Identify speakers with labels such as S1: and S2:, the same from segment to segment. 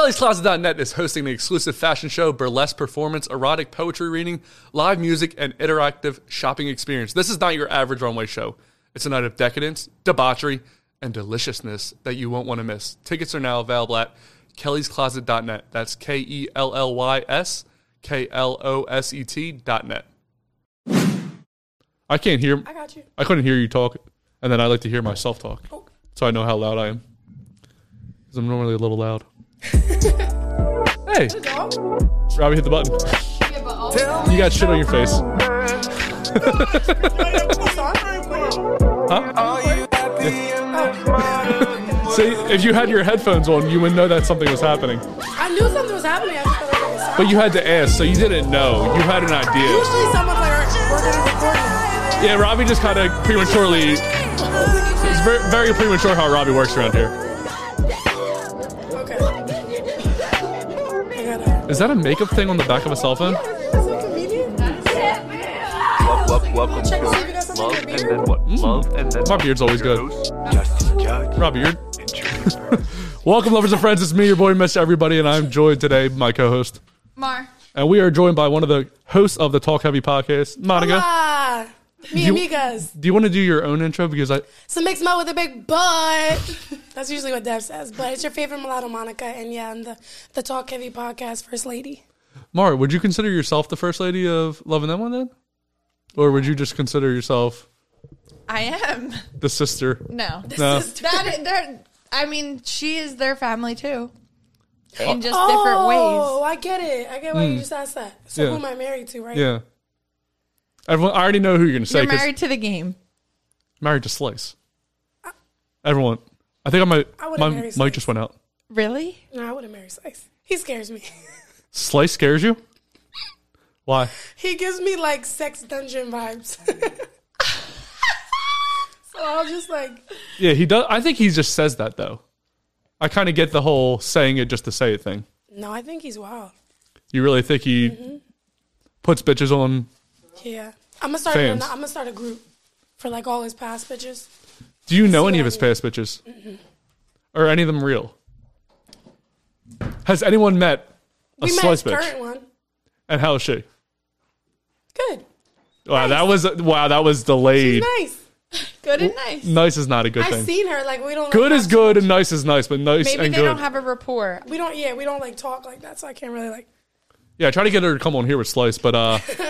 S1: Kelly'sCloset.net is hosting the exclusive fashion show, burlesque performance, erotic poetry reading, live music, and interactive shopping experience. This is not your average runway show. It's a night of decadence, debauchery, and deliciousness that you won't want to miss. Tickets are now available at Kelly'sCloset.net. That's K E L L Y S K L O S E T.net. I can't hear.
S2: I got you. Oh,
S1: I couldn't hear you talk, and then I like to hear myself talk, so I know how loud I am. Because I'm normally a little loud. hey, Robbie, hit the button. You got shit on your face, huh? See, if you had your headphones on, you would know that something was happening.
S2: I knew something was happening. I just thought I was like,
S1: But you had to ask, so you didn't know. You had an idea.
S2: Usually someone's like, "Alright, we're going to record now."
S1: Yeah, Robbie just kind of prematurely. It's very, very premature how Robbie works around here.
S2: Okay. I gotta.
S1: Is that a makeup thing on the back of a cell phone?
S2: Is it convenient?
S3: Welcome, welcome
S2: Check to see if you got
S3: to
S2: something
S3: Love
S2: in
S3: and
S2: your
S3: then what? Love and then
S1: My beard's always
S3: Your
S1: good.
S3: host, Justin Judge.
S1: Robbie, you're
S3: and Julie Burns.
S1: Welcome, lovers and friends. It's me, your boy, Mr. Everybody, and I'm joined today by my co-host.
S4: Mar.
S1: And we are joined by one of the hosts of the Talk Heavy podcast, Monica.
S2: Ah, me
S1: You-
S2: amigas.
S1: Do you want to do your own intro? Because I
S2: Some mixed mo with a big butt. That's usually what Dev says. But it's your favorite mulatto, Monica, and yeah, I'm the the talk heavy podcast first lady.
S1: Mara, would you consider yourself the first lady of Love and That One then? Or would you just consider yourself
S4: I am.
S1: the sister?
S4: No.
S1: No.
S2: Sister.
S4: That is, they're, I mean, she is their family too. In just
S2: Oh, I get it. I get why you just asked that. So
S1: Mm. Yeah.
S2: who am I married to, right?
S1: Yeah. Everyone I already know who you're gonna say
S4: different ways. You're
S1: 'cause
S4: married to the game.
S1: married to Slice. Everyone. I think I might
S2: I would've
S1: my
S2: married
S1: mic
S2: Slice.
S1: just went out.
S4: Really?
S2: No, I wouldn't marry Slice. He scares me.
S1: Slice scares you? Why?
S2: he gives me like sex dungeon vibes. so I'll just like
S1: Yeah, he does. I think he just says that though. I kind of get the whole saying it just to say it thing.
S2: No, I think he's wild.
S1: You really think he
S2: Mm-hmm.
S1: puts bitches on?
S2: Yeah. I'm gonna start
S1: Fans.
S2: I'm gonna start a group for like all his past bitches.
S1: Do you know any
S2: what
S1: of
S2: I
S1: his
S2: mean.
S1: past bitches? Are any of them real? Has anyone met a
S2: We met
S1: slice
S2: his
S1: bitch?
S2: current one.
S1: And how is she?
S2: Good.
S1: Wow, that was wow, that was delayed.
S2: Nice.
S4: Good and nice.
S1: Nice is not a good
S2: I've
S1: thing.
S2: seen her, like we don't
S1: good
S2: like,
S1: is good and nice is nice, but nice
S4: Maybe
S1: and
S4: they
S1: good.
S4: don't have a rapport.
S2: we don't yeah, we don't like talk like that, so I can't really like
S1: yeah, I tried to get her to come on here with slice, but uh,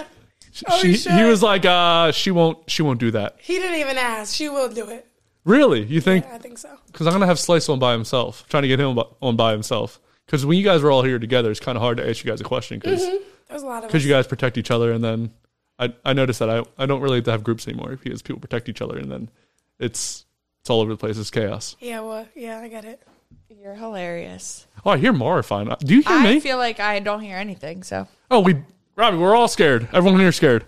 S2: Oh
S1: she,
S2: you
S1: he
S2: should.
S1: was like, uh, she won't, she won't do that.
S2: He didn't even ask. She will do it.
S1: Really? You think?
S2: I think so.
S1: because I'm gonna have Slice on by himself, trying to get him bu- on by himself. Because when you guys were all here together, it's kind of hard to ask you guys a question
S2: Mm-hmm.
S1: because
S2: There's a lot of us.
S1: you guys protect each other, and then I I noticed that I I don't really have groups anymore because people protect each other, and then it's it's all over the place. It's chaos.
S2: yeah, well yeah, I get it.
S4: You're hilarious.
S1: Oh, I hear Mara fine. Do you hear
S4: I
S1: me?
S4: feel like I don't hear anything, so
S1: oh, we Robbie, we're all scared. Everyone here's scared.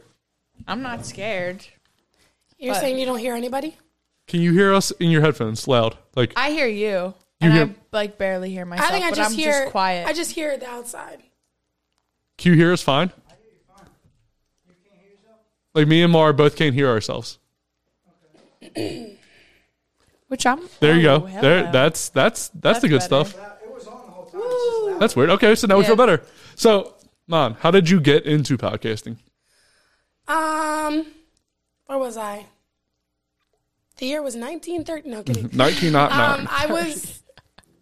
S4: I'm not scared.
S2: You're
S4: But-
S2: saying you don't hear anybody?
S1: Can you hear us in your headphones loud? Like
S4: I hear you.
S1: You
S4: and
S1: hear-
S4: I like barely hear myself,
S2: I think I
S4: but
S2: just
S4: I'm
S2: hear
S4: just quiet.
S2: I just hear the outside.
S1: Can you hear us fine? Like me and Mar both can't hear ourselves.
S4: Which I'm
S1: There you
S4: oh,
S1: go.
S4: hello.
S1: There, that's that's that's, the good
S4: better.
S1: stuff. That's weird. Okay, so now we
S4: Yeah.
S1: feel better. So, Mon, how did you get into podcasting?
S2: Um, where was I? The year was 1930. No kidding.
S1: Nineteen oh not
S2: um, I was.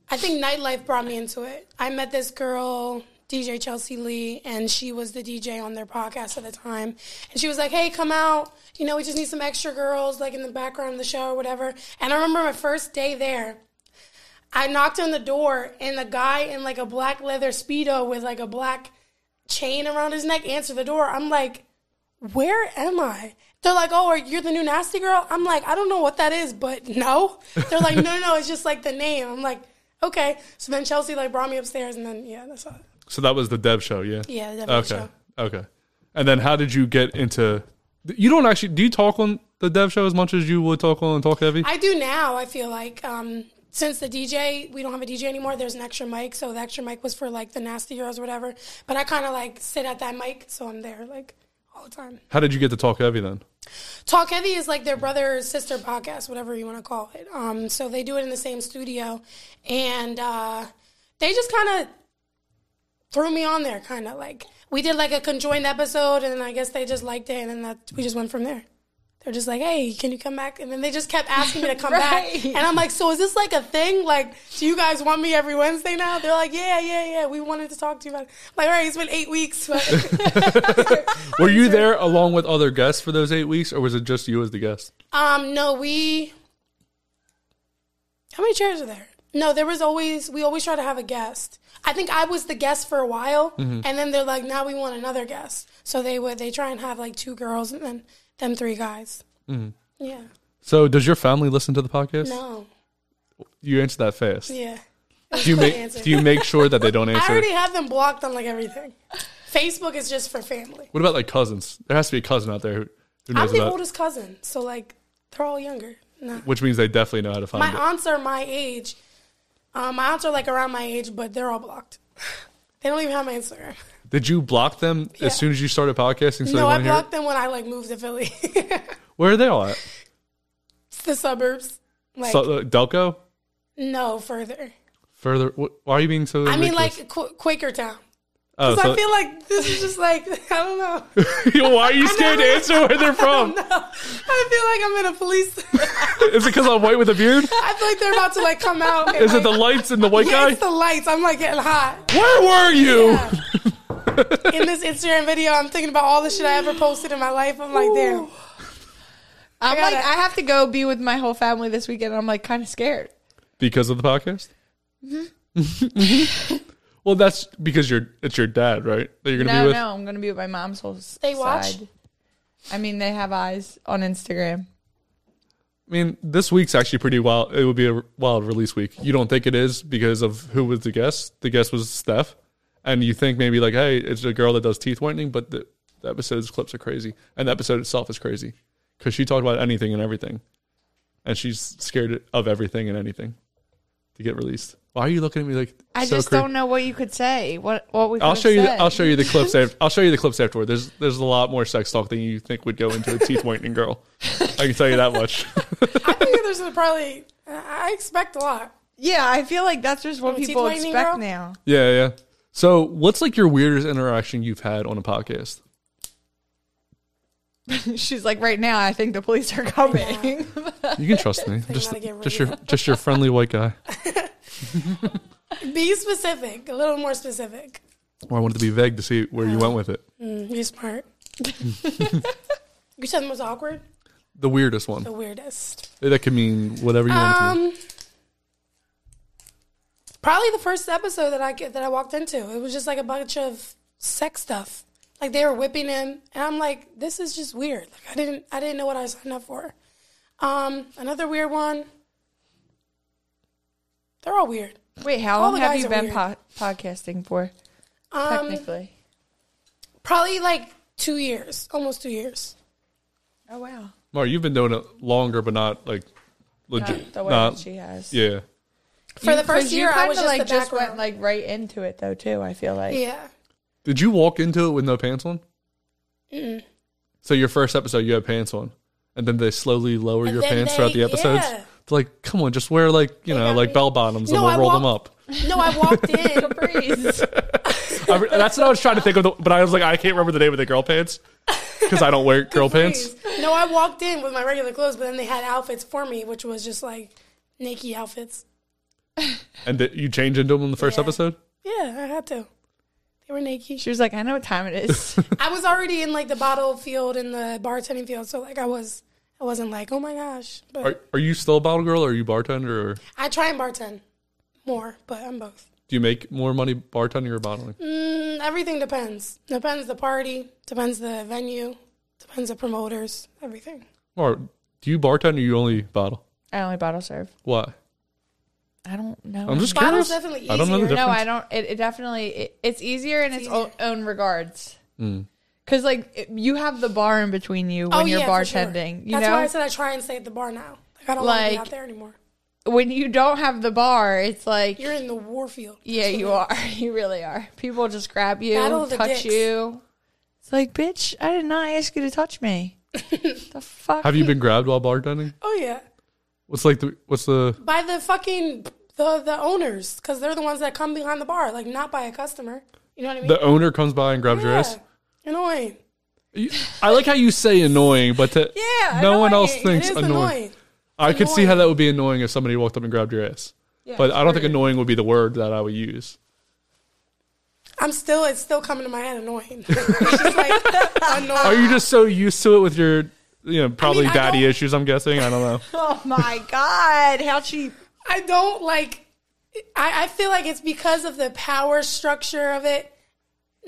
S2: I think nightlife brought me into it. I met this girl, DJ Chelsea Lee, and she was the DJ on their podcast at the time. And she was like, "Hey, come out. You know, we just need some extra girls, like in the background of the show or whatever." And I remember my first day there. I knocked on the door, and the guy in like a black leather speedo with like a black chain around his neck answered the door. I'm like, where am I? They're like, oh, are you're the new nasty girl. I'm like, I don't know what that is, but no. They're like, no, no, no, it's just like the name. I'm like, okay. So then Chelsea like brought me upstairs, and then yeah, that's all.
S1: So that was the Dev show, yeah.
S2: Yeah, the Dev
S1: okay.
S2: Show.
S1: Okay. And then how did you get into? You don't actually do you talk on the Dev show as much as you would talk on Talk Heavy?
S2: I do now. I feel like um, since the DJ, we don't have a DJ anymore. There's an extra mic, so the extra mic was for like the nasty girls or whatever. But I kind of like sit at that mic, so I'm there like all the time.
S1: how did you get to Talk Heavy then?
S2: Talk Heavy is like their brother or sister podcast, whatever you want to call it. Um, so they do it in the same studio, and uh, they just kind of threw me on there, kind of like we did like a conjoined episode, and I guess they just liked it, and then that we just went from there. They're just like, hey, can you come back? And then they just kept asking me to come
S4: Right.
S2: back, and I'm like, so is this like a thing? Like, do you guys want me every Wednesday now? They're like, yeah, yeah, yeah. We wanted to talk to you about. It. I'm like, all right, it's been eight weeks, but
S1: Were you there along with other guests for those eight weeks, or was it just you as the guest?
S2: Um, no, we. How many chairs are there? No, there was always we always try to have a guest. I think I was the guest for a while, and then they're like, now we want another guest. So they would they try and have like two girls and then them three guys. Yeah.
S1: So, does your family listen to the podcast?
S2: No.
S1: You answer that fast.
S2: Yeah.
S1: Do you make
S2: answer.
S1: Do you make sure that they don't
S2: I
S1: answer?
S2: already have them blocked on like everything. Facebook is just for family.
S1: What about like cousins? There has to be a cousin out there who, who
S2: I'm
S1: knows
S2: the
S1: about,
S2: oldest cousin, so like they're all younger. No.
S1: which means they definitely know how to find
S2: My
S1: it.
S2: aunts are my age. Um, my aunts are like around my age, but they're all blocked. They don't even have my Instagram.
S1: Did you block them
S2: Yeah.
S1: as soon as you started podcasting? So they
S2: no, I
S1: want to hear
S2: blocked
S1: it?
S2: them when I like moved to Philly.
S1: Where are they all at?
S2: it's the suburbs. Like
S1: So, uh, Delco?
S2: no further.
S1: Further? Wh- why are you being so?
S2: I
S1: ridiculous?
S2: mean, like Qu- Quakertown.
S1: oh,
S2: So
S1: so-
S2: I feel like this is just like I don't know.
S1: why are you scared to answer where they're from?
S2: I feel like I'm in a police.
S1: Is it because I'm white with a beard?
S2: I feel like they're about to like come out. and,
S1: Is it the
S2: like-
S1: lights and the white
S2: Yeah, it's
S1: guy?
S2: the lights. I'm like getting hot.
S1: Where were you?
S2: Yeah. in this Instagram video, I'm thinking about all the shit I ever posted in my life. I'm like, damn.
S4: I'm
S2: I
S4: like,
S2: gotta-
S4: I have to go be with my whole family this weekend. I'm like kind of scared.
S1: Because of the podcast?
S2: Mm-hmm.
S1: well, that's because you're it's your dad, right? That you're gonna be
S4: No,
S1: with.
S4: no, I'm gonna be with my mom's whole s-
S2: They watch?
S4: side. I mean, they have eyes on Instagram.
S1: I mean, this week's actually pretty wild. It would be a wild release week. You don't think it is because of who was the guest? The guest was Steph, and you think maybe like, hey, it's a girl that does teeth whitening, but the, the episode's clips are crazy, and the episode itself is crazy because she talked about anything and everything, and she's scared of everything and anything to get released. Why are you looking at me like?
S4: I
S1: so
S4: just
S1: cre-
S4: don't know what you could say. What what we?
S1: I'll
S4: could've
S1: show you.
S4: said.
S1: The, I'll show you the clips. af- I'll show you the clips afterward. There's there's a lot more sex talk than you think would go into a teeth whitening girl. I can tell you that much.
S2: I think there's a probably. I I expect a lot.
S4: Yeah, I feel like that's just what
S2: I'm a teeth
S4: people
S2: whitening
S4: expect
S2: girl.
S4: now.
S1: Yeah, yeah. So, what's like your weirdest interaction you've had on a podcast?
S4: She's like, right now, I think the police are coming.
S1: You can trust me. just,
S2: gotta get
S1: just
S2: real.
S1: your, just your friendly white guy.
S2: Be specific, a little more specific.
S1: Or I wanted to be vague to see where you went with it.
S2: Mm, you're smart. you said the most awkward,
S1: The weirdest one.
S2: the weirdest.
S1: That could mean whatever you want it
S2: Um, probably the first episode that I get, that I walked into. It was just like a bunch of sex stuff. Like they were whipping him, and I'm like, this is just weird. Like I didn't I didn't know what I signed up for. Um, another weird one. They're all weird.
S4: Wait, how
S2: All
S4: long
S2: the
S4: have
S2: guys
S4: you
S2: are
S4: been
S2: weird.
S4: po- podcasting for?
S2: Um,
S4: Technically.
S2: probably like two years, almost two years.
S4: Oh wow.
S1: to. Mar, you've been doing it longer, but not like legit.
S4: Not the way
S1: not-
S4: that she has.
S1: yeah.
S2: For the first year, I was just
S4: like
S2: the
S4: just
S2: background.
S4: went like right into it though too. I feel like
S2: yeah.
S1: Did you walk into it with no pants on? So your first episode, you had pants on, and then they slowly lower
S2: And
S1: your
S2: then
S1: pants
S2: they-
S1: throughout the episodes.
S2: yeah.
S1: It's like, come on, just wear like you
S2: They
S1: know,
S2: got
S1: like
S2: me-
S1: bell bottoms,
S2: No,
S1: and we'll
S2: I
S1: roll them
S2: walked-
S1: up.
S2: No, I walked in.
S4: Breeze.
S1: I re- that's what I was trying to think of, the, but I was like, I can't remember the name of the girl pants because I don't wear girl pants.
S2: No, I walked in with my regular clothes, but then they had outfits for me, which was just like Nike outfits.
S1: And did you change into them in the first
S2: Yeah.
S1: episode?
S2: Yeah, I had to. They were Nike.
S4: she was like, I know what time it is.
S2: I was already in like the bottle field and the bartending field, so like I was, I wasn't like, oh my gosh. But
S1: Are, are you still a bottle girl? Or are you bartender? Or do
S2: I try and bartend more, but I'm both.
S1: you make more money bartending or bottling?
S2: Mm, everything depends. Depends the party. Depends the venue. Depends the promoters. Everything.
S1: Or do you bartend or you only bottle?
S4: I only bottle serve.
S1: Why?
S4: I don't know.
S1: I'm just
S2: Bottle's
S1: curious.
S2: definitely
S1: I don't know the
S2: easier.
S1: difference.
S4: no, I don't. It, it definitely it, it's easier in its, o-
S2: easier.
S4: own regards. Because like it- you have the bar in between you when you're
S2: Oh, for sure.
S4: bartending. You
S2: That's
S4: know,
S2: why I said I try and stay at the bar now. Like I don't want to be
S4: Like-
S2: out there anymore.
S4: when you don't have the bar, it's like
S2: You're in the war field.
S4: yeah, you are. You really are. People just grab you,
S2: Battle of the
S4: touch
S2: dicks.
S4: you. It's like, bitch, I did not ask you to touch me. the fuck?
S1: Have you been grabbed while bartending?
S2: Oh yeah,
S1: What's like the what's the
S2: by the fucking the the owners because they're the ones that come behind the bar, like not by a customer. You know what I mean?
S1: The owner comes by and grabs your
S2: Yeah.
S1: ass.
S2: Annoying.
S1: You- I like how you say annoying, but to,
S2: Yeah.
S1: no one
S2: annoying.
S1: else thinks
S2: it is
S1: annoying. I could see
S2: Annoying.
S1: how that would be annoying if somebody walked up and grabbed your ass. but I don't think annoying would be the word that I would use.
S2: I'm still. It's still coming to my head. Annoying. it's just like annoying.
S1: Are you just so used to it with your, you know, probably
S2: I
S1: daddy
S2: don't-
S1: issues? I'm guessing. I don't know.
S4: Oh my god, how cheap!
S2: I don't like. I, I feel like it's because of the power structure of it.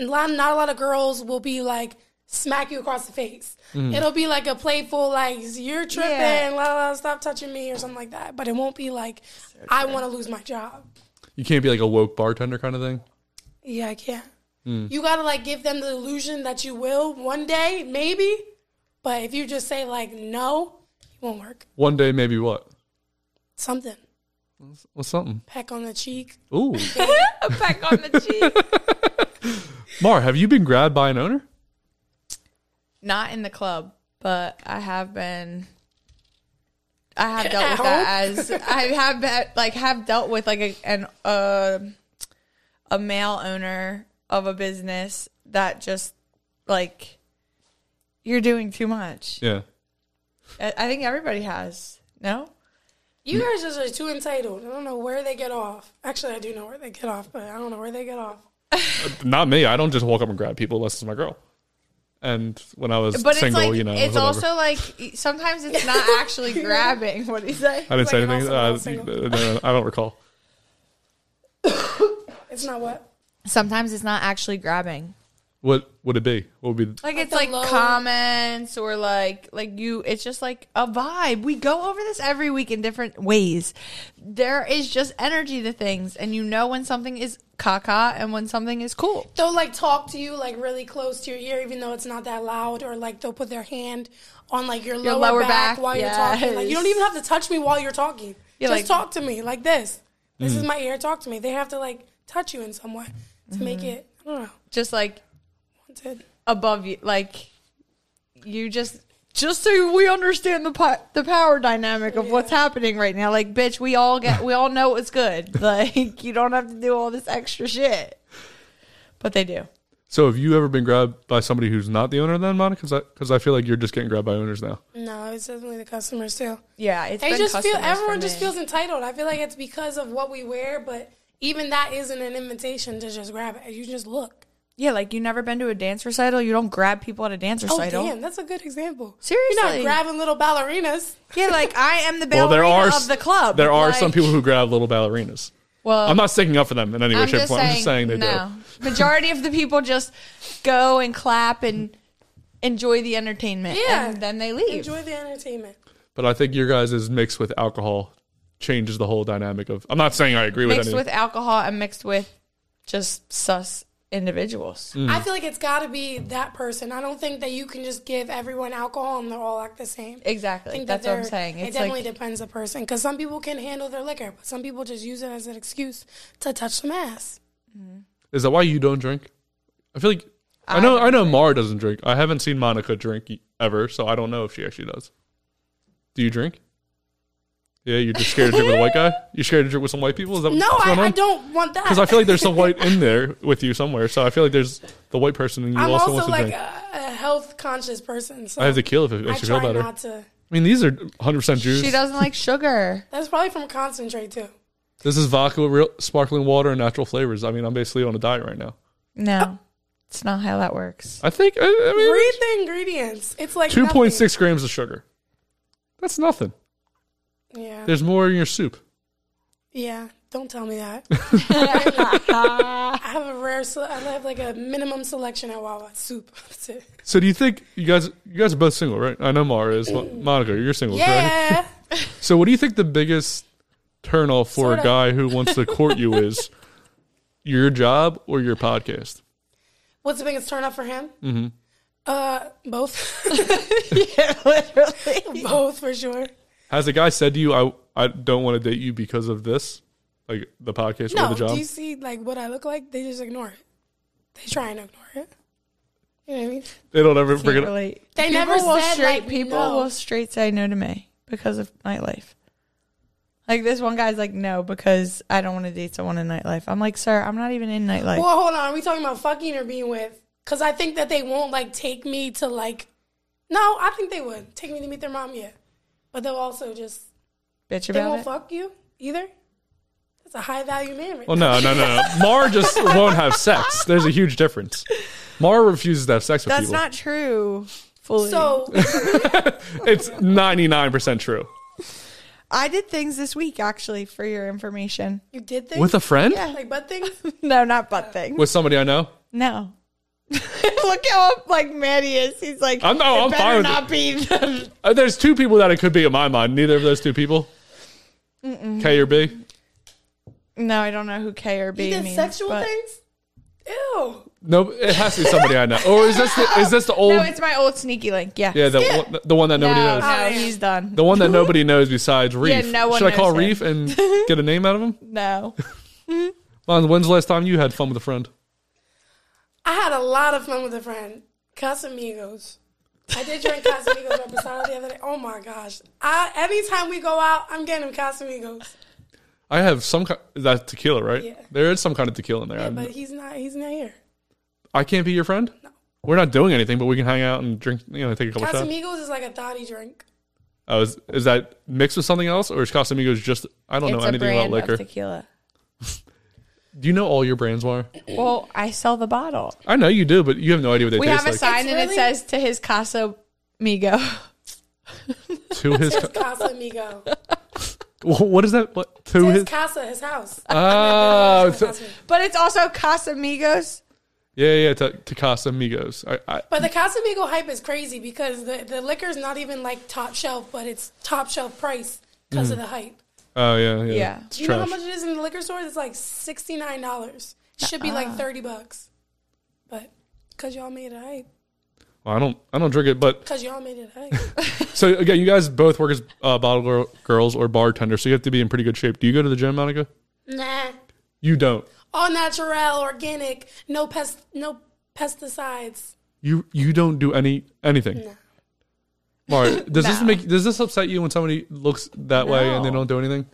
S2: A lot, not a lot of girls will be like smack you across the face. It'll be like a playful like you're tripping,
S4: Yeah.
S2: la, la, stop touching me or something like that. But it won't be like I want to lose my job.
S1: You can't be like a woke bartender kind of thing.
S2: Yeah, I can't. You gotta like give them the illusion that you will one day, maybe. But if you just say like no, it won't work.
S1: One day, maybe what?
S2: Something
S1: What's something?
S2: peck on the cheek.
S1: Ooh,
S4: A peck on the cheek.
S1: Mar, have you been grabbed by an owner?
S4: Not in the club, but I have been. I have dealt
S2: At
S4: with that as I have been, like have dealt with like a an uh, a male owner of a business that just like you're doing too much.
S1: Yeah.
S4: I, I think everybody has. No,
S2: You guys just are too entitled. I don't know where they get off. Actually, I do know where they get off, but I don't know where they get off.
S1: Not me. I don't just walk up and grab people unless it's my girl. And when I was
S4: but
S1: single,
S4: it's like
S1: you know,
S4: it's
S1: whatever.
S4: also like sometimes it's not actually grabbing. What do you say?
S1: I didn't
S2: it's
S1: say
S2: like an
S1: anything. Uh,
S2: also not
S1: no, no, I don't recall.
S2: It's not what.
S4: Sometimes it's not actually grabbing.
S1: What would it be? What would be?
S4: Like, it's
S2: the
S4: like
S2: low-
S4: comments or like like you it's just like a vibe. We go over this every week in different ways. There is just energy to things and you know when something is caca and when something is cool.
S2: They'll like talk to you like really close to your ear, even though it's not that loud, or like they'll put their hand on like your, lower,
S4: lower
S2: back,
S4: back,
S2: while you're talking. Like you don't
S4: yes.
S2: even have to touch me while you're talking.
S4: You're
S2: just
S4: like-
S2: talk to me like this. This is my ear. Talk to me. They have to like touch you in some way to make
S4: Mm-hmm.
S2: it. I don't know.
S4: Just like
S2: Wanted.
S4: above you like you just just so we understand the po- the power dynamic of what's happening right now. Like bitch, we all get we all know what's good. Like you don't have to do all this extra shit. But they do.
S1: So have you ever been grabbed by somebody who's not the owner then, Monica? Because I, feel like you're just getting grabbed by owners now.
S2: No, it's definitely the customers too.
S4: Yeah, it's
S2: They
S4: been
S2: just feel
S4: customers for
S2: everyone just
S4: me.
S2: feels entitled. I feel like it's because of what we wear, but even that isn't an invitation to just grab it. You just look.
S4: Yeah, like you never been to a dance recital, you don't grab people at a dance
S2: Oh
S4: recital.
S2: damn, that's a good example. you're not
S4: Seriously.
S2: grabbing little ballerinas.
S4: Yeah, like I am the ballerina of the club.
S1: There are some
S4: Like,
S1: people who grab little ballerinas.
S4: Well,
S1: I'm not sticking up for them in any way,
S4: I'm
S1: shape, or
S4: just
S1: form. I'm just saying they
S4: no.
S1: do.
S4: Majority of the people just go and clap and enjoy the entertainment.
S2: Yeah.
S4: and then they leave.
S2: Enjoy the entertainment.
S1: But I think your guys is mixed with alcohol changes the whole dynamic of. I'm not saying I agree with
S4: mixed
S1: anything.
S4: with alcohol and mixed with just sus individuals.
S1: Mm.
S2: I feel like it's got to be that person. I don't think that you can just give everyone alcohol and they'll all act the same. I
S4: Exactly.
S2: think
S4: That's
S2: that
S4: what I'm
S2: there-
S4: saying.
S2: It
S4: It's
S2: definitely
S4: like
S2: depends the person because some people can handle their liquor, but some people just use it as an excuse to touch some ass.
S1: Is that why you don't drink? I feel like I know. I know Mar doesn't drink. I haven't seen Monica drink e- ever, so I don't know if she actually does. Do you drink? Yeah, you're just scared to drink with a white guy. You're scared to drink with some white people. Is that
S2: No,
S1: what's
S2: I,
S1: going
S2: I
S1: on?
S2: don't want that.
S1: Because I feel like there's some white in there with you somewhere. So I feel like there's the white person and you
S2: I'm
S1: also,
S2: also,
S1: want to
S2: like
S1: drink.
S2: a, a health conscious person. So
S1: I have to kill if it
S2: I
S1: makes you
S2: try
S1: feel better.
S2: not to.
S1: I mean, these are 100 percent Jews.
S4: she doesn't like sugar.
S2: That's probably from concentrate too.
S1: This is vodka with real sparkling water and natural flavors. I mean, I'm basically on a diet right now.
S4: No, it's not how that works.
S1: I think I, I mean
S2: Read the ingredients. It's like
S1: two point
S2: nothing.
S1: six grams of sugar. That's nothing.
S2: Yeah,
S1: There's more in your soup.
S2: yeah. Don't tell me that. I have a rare. se- I have like a minimum selection at Wawa soup. That's it.
S1: So do you think you guys you guys are both single, right? I know Mara is. Mo- Monica, you're single, right?
S2: Yeah.
S1: So what do you think the biggest turnoff for
S2: Sorta.
S1: a guy who wants to court you is? Your job or your podcast?
S2: What's the biggest turn off for him? Mm-hmm. Uh, both.
S4: Literally.
S2: both for sure.
S1: Has a guy said to you, "I I don't want to date you because of this," like the podcast or
S2: No,
S1: the job?
S2: do you see like what I look like? They just ignore it. They try and ignore it. You know what I mean?
S1: they don't ever bring
S4: Can't
S1: it up.
S4: relate.
S2: They
S4: people
S2: never
S4: will
S2: said,
S4: straight
S2: like,
S4: people
S2: no.
S4: will straight say no to me because of nightlife. Like this one guy's like, no, because I don't want to date someone in nightlife. I'm like, sir, I'm not even in nightlife.
S2: Well, hold on. Are we talking about fucking or being with? Because I think that they won't like take me to like. No, I think they would take me to meet their mom. Yeah, but they'll also just
S4: Bitch
S2: they
S4: about
S2: won't
S4: it.
S2: fuck you either. That's a high value man. Right
S1: Well, no, no, no, no. Mar just won't have sex. There's a huge difference. Mar refuses to have sex with
S4: That's
S1: people.
S4: not true. Fully.
S2: So
S1: it's 99% true.
S4: I did things this week actually for your information.
S2: you did things
S1: With a friend?
S2: like butt things.
S4: No, not butt things.
S1: With somebody I know?
S4: No. Look how like mad he is. He's like,
S1: I'm- no,
S4: it
S1: I'm
S4: better
S1: fine with
S4: not be. them.
S1: Uh, there's two people that it could be in my mind. Neither of those two people. K or B?
S4: no, I don't know who K or B
S2: You did
S4: means,
S2: sexual
S4: but-
S2: things. Ew.
S1: No, it has to be somebody I know. Or is this the, is this the old?
S4: No, it's my old sneaky link. Yeah,
S1: yeah, the one, the one that
S4: No,
S1: nobody knows.
S4: no,
S2: Oh, yeah.
S4: he's done.
S1: The one that nobody knows besides Reef.
S4: Yeah, no one
S1: Should I call
S4: knows him.
S1: Reef and get a name out of him?
S4: no,
S1: Lon, when's the last time you had fun with a friend?
S2: I had a lot of fun with a friend. Casamigos. I did drink Casamigos Reposado the other day. Oh my gosh! I anytime we go out, I'm getting him Casamigos.
S1: I have some kind that tequila, right?
S2: Yeah.
S1: There is some kind of tequila in there. I'm-
S2: But he's not. He's not here.
S1: I can't be your friend. We're not doing anything, but we can hang out and drink. You know, take a couple shots.
S2: Casamigos is like a thotty drink.
S1: Oh, is, is that mixed with something else, or is Casamigos just? I don't
S4: it's
S1: know
S4: a
S1: anything about
S4: brand
S1: liquor.
S4: of tequila.
S1: Do you know all your brands, Mar?
S4: Well, I sell the bottle.
S1: I know you do, but you have no idea what they
S4: We
S1: taste
S4: have a
S1: like.
S4: sign
S2: It's
S4: and it
S2: really-
S4: says to his casa migo.
S1: to his,
S2: It's Casamigo.
S1: what is that? What to
S2: It's
S1: his?
S2: his casa, his house.
S1: Oh,
S2: It's
S1: to,
S2: Casamigos.
S4: But it's also Casamigos.
S1: yeah, yeah, to, to Casamigos. I, I,
S2: But the Casamigo hype is crazy because the, the liquor's not even like top shelf, but it's top shelf price because of the hype.
S1: oh yeah, yeah.
S4: Yeah.
S1: It's
S2: Do you know
S1: trash.
S2: how much it is in the liquor store? It's like sixty nine dollars. Should be
S1: Uh-uh.
S2: like thirty bucks, but because y'all made it hype,
S1: Well, I don't, I don't drink it, but
S2: because y'all made it hype.
S1: So again, you guys both work as uh, bottle girl, girls or bartenders, so you have to be in pretty good shape. Do you go to the gym, Monica?
S2: nah,
S1: You don't.
S2: all natural, organic, no pest, no pesticides.
S1: You you don't do any anything. No. does this
S4: No.
S1: make does this upset you when somebody looks that way and they don't do anything?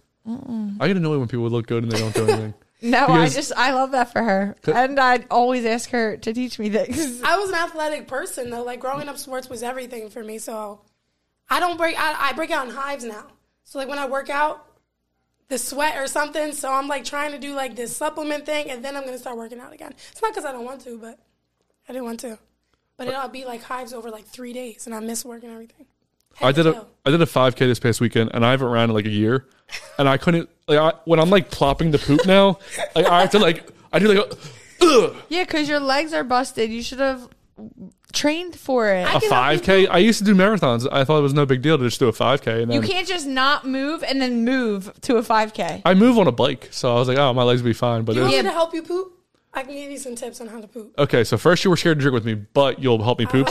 S1: I get annoyed when people look good and they don't do anything.
S4: No,
S1: Because-
S4: I just I love that for her, and I'd always ask her to teach me things.
S2: I was an athletic person though. Like growing up, sports was everything for me. So I don't break. I, I break out in hives now. So like when I work out, the sweat or something. So I'm like trying to do like this supplement thing, and then I'm gonna start working out again. It's not because I don't want to, but I didn't want to. But it'll be like hives over like three days, and I miss work and everything.
S1: I did a
S2: no.
S1: I did a 5K this past weekend, and I haven't ran in like a year, and I couldn't like I, when I'm like plopping the poop now, like I have to like I do like. a- Ugh.
S4: Yeah, because your legs are busted. You should have trained for it.
S1: A
S2: can help
S1: 5K. I used to do marathons. I thought it was no big deal to just do a 5K. And then
S4: you can't just not move and then move to a 5K.
S1: I move on a bike, so I was like, oh, my legs will be fine. But
S2: You
S1: it-
S2: want me to help you poop? I can give you some tips on how to poop.
S1: okay, so first you were scared to drink with me, but you'll help me poop.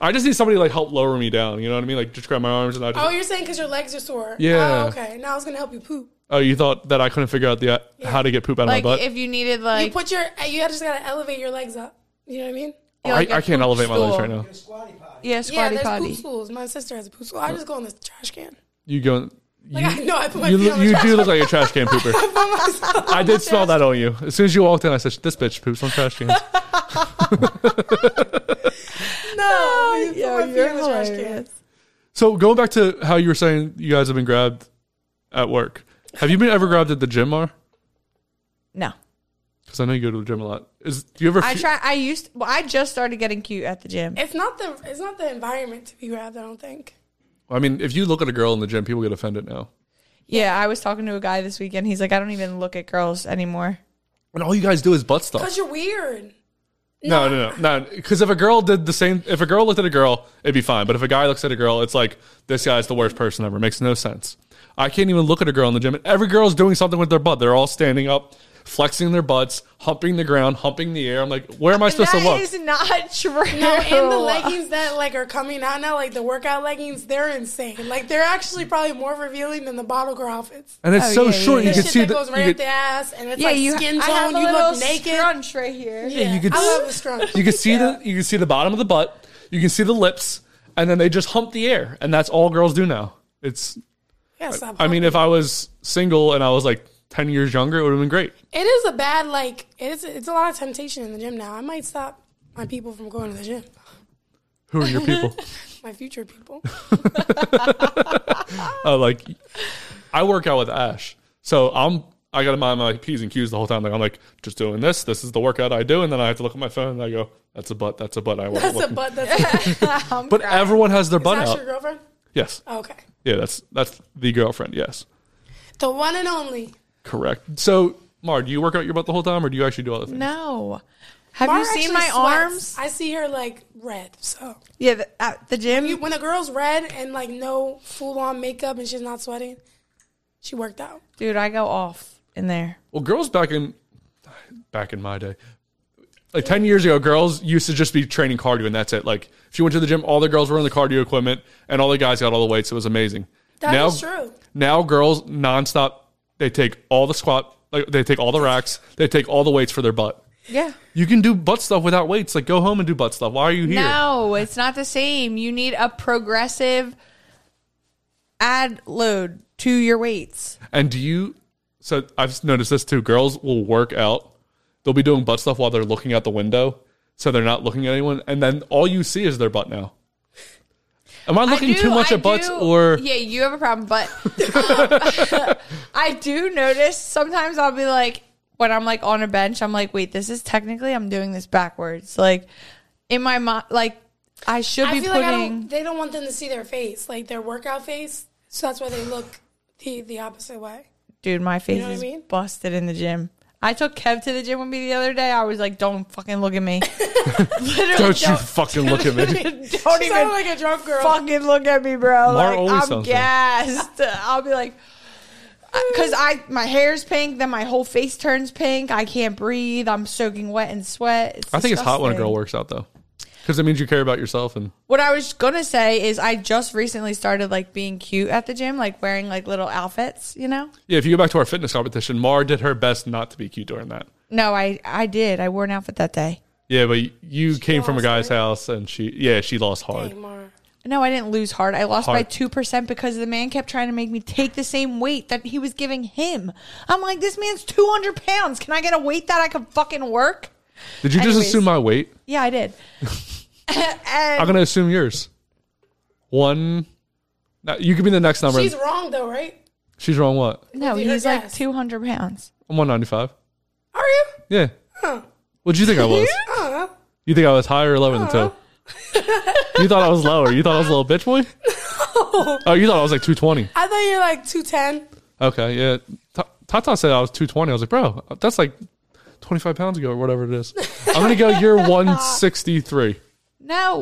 S1: I just need somebody to like help lower me down. You know what I mean? Like just grab my arms and I. Just,
S2: Oh,
S1: oh,
S2: you're saying because your legs are sore?
S1: Yeah.
S2: Oh, okay. Now I was gonna help you poop.
S1: oh, you thought that I couldn't figure out the uh, how to get poop out of
S4: Like
S1: my butt?
S4: if you needed
S2: You
S4: like,
S2: put your. You just gotta elevate your legs up. You know what I mean?
S1: I,
S4: like
S1: I
S4: a
S1: can't
S4: poop
S1: elevate my legs
S4: stool.
S1: right now.
S4: yeah,
S2: Yeah,
S4: squatty
S2: there's poop
S4: potty.
S2: stools. My sister has a poop stool. I just go in the trash can.
S1: You go. Oh. You,
S2: Like I know I put my
S1: you,
S2: feet
S1: look-
S2: on the
S1: you
S2: trash
S1: do look like a trash can pooper.
S2: can.
S1: I did smell that on you as soon as you walked in. I said, "This bitch poops on trash cans."
S2: no, you put
S4: Yo,
S2: my feet
S4: you're
S2: on the trash can.
S4: hilarious.
S1: so going back to how you were saying you guys have been grabbed at work. Have you been ever grabbed at the gym, Mar?
S4: No,
S1: Because I know you go to the gym a lot. Is do you ever?
S4: I
S1: fe-
S4: try. I used. Well, I just started getting cute at the gym.
S2: It's not the it's not the environment to be grabbed. I don't think.
S1: I mean, if you look at a girl in the gym, people get offended now.
S4: Yeah, I was talking to a guy this weekend. He's like, I don't even look at girls anymore.
S1: And all you guys do is butt stuff.
S2: Cause you're weird.
S1: No, no, no, no. Because if a girl did the same, if a girl looked at a girl, it'd be fine. But if a guy looks at a girl, it's like this guy's the worst person ever. Makes no sense. I can't even look at a girl in the gym. And every girl's doing something with their butt. They're all standing up, flexing their butts, humping the ground, humping the air. I'm like, where am I supposed to
S4: That
S1: look?
S4: is not true.
S2: No, and the leggings that like are coming out now, like the workout leggings, they're insane. Like they're actually probably more revealing than the bottle girl outfits.
S1: and it's
S4: Oh,
S1: so
S4: yeah, yeah,
S1: short.
S4: yeah.
S1: You
S2: The
S1: can
S2: shit
S1: see
S2: that
S1: the,
S2: goes
S1: you
S2: right
S1: could-
S2: up the ass, and it's
S4: Yeah,
S2: like
S4: you.
S2: skin
S4: I have
S2: tone.
S4: a
S2: You
S4: little
S2: look naked.
S4: scrunch right here.
S2: Yeah,
S1: you could
S2: I
S1: s-
S2: love the scrunch.
S1: you can see the you can see the bottom of the butt. You can see the lips, and then they just hump the air, and that's all girls do now. It's
S2: gotta stop.
S1: I mean, if I was single and I was like 10 years younger, it would have been great.
S2: it is a bad like it is. It's a lot of temptation in the gym now. I might stop my people from going to the gym.
S1: Who are your people?
S2: My future people.
S1: uh, like, I work out with Ash. So I'm, I got to mind my P's and Q's the whole time. Like, I'm like, just doing this. This is the workout I do. And then I have to look at my phone and I go, that's a butt. That's a butt. I want
S2: That's a
S1: to
S2: butt. That's a,
S1: But everyone has their butt
S2: that's
S1: out.
S2: your girlfriend. Oh,
S1: Yes.
S2: Okay,
S1: Yeah, that's, that's the girlfriend. Yes.
S2: the one and only.
S1: Correct. So, Mar, do you work out your butt the whole time or do you actually do other things?
S4: No. Have
S2: Mara
S4: you seen
S2: actually
S4: my
S2: sweats.
S4: arms?
S2: I see her like red. So
S4: Yeah, the, at the gym.
S2: You- when a girl's red and like no full on makeup and she's not sweating, she worked out.
S4: Dude, I go off in there.
S1: Well, girls back in back in my day, like ten years ago, girls used to just be training cardio and that's it. Like if you went to the gym, all the girls were in the cardio equipment and all the guys got all the weights. It was amazing.
S2: That
S1: now,
S2: is true.
S1: Now girls nonstop, they take all the squat, like they take all the racks, they take all the weights for their butt.
S4: Yeah.
S1: You can do butt stuff without weights. Like go home and do butt stuff. Why are you here?
S4: No, it's not the same. You need a progressive add load to your weights.
S1: And do you? So I've noticed this too. Girls will work out. They'll be doing butt stuff while they're looking out the window, so they're not looking at anyone. And then all you see is their butt now. Am I looking
S4: do-
S1: too much
S4: I
S1: at butts,
S4: do-
S1: or
S4: yeah, you have a problem. But um, I do notice sometimes I'll be like when I'm like on a bench, I'm like, wait, this is technically I'm doing this backwards. Like in my mind, like I should
S2: I
S4: be
S2: feel
S4: putting.
S2: like I don't, they don't want them to see their face, like their workout face. So that's why they look the the opposite way.
S4: Dude, my face
S2: know what I
S4: is
S2: mean?
S4: busted in the gym. I took Kev to the gym with me the other day. I was like, "Don't fucking look at me! Literally,
S1: don't you fucking look at me?
S4: don't
S2: She
S4: even
S2: sounded like a drunk girl.
S4: fucking look at me, bro.
S1: Mar
S4: like
S1: always
S4: I'm
S1: sounds like-
S4: gassed. I'll be like, because I my hair's pink, then my whole face turns pink. I can't breathe. I'm soaking wet in sweat.
S1: I think it's hot when a girl
S4: disgusting.
S1: works out though, because it means you care about yourself. And
S4: What I was gonna say is, I just recently started like being cute at the gym, like wearing like little outfits. You know?
S1: yeah, if you go back to our fitness competition, Mar did her best not to be cute during that.
S4: No, I I did. I wore an outfit that day.
S1: Yeah, but you came from a
S2: lost,
S1: guy's
S2: right?
S1: house, and she yeah she lost hard.
S2: Hey, Mara.
S4: No, I didn't lose hard. I lost by
S1: Hard.
S4: two percent because the man kept trying to make me take the same weight that he was giving him. I'm like, this man's two hundred pounds. Can I get a weight that I can fucking work?
S1: Did you
S4: Anyways.
S1: just assume my weight?
S4: Yeah, I did.
S1: I'm gonna assume yours. One. Now, You could be the next number.
S2: She's wrong though, right?
S1: She's wrong. What?
S4: No,
S2: Did you
S4: he's
S2: hear
S4: like
S2: yes?
S4: two hundred pounds.
S1: I'm 195.
S2: Are you?
S1: Yeah. What'd you think I was?
S2: Uh,
S1: You think I was higher or lower than two? You thought I was lower. You thought I was a little bitch boy. Oh, you thought I was like 220.
S2: I thought you were like two ten.
S1: Okay, yeah. Ta- Tata said I was 220. I was like, bro, that's like 25 pounds ago or whatever it is. I'm gonna go. You're 163.
S4: No,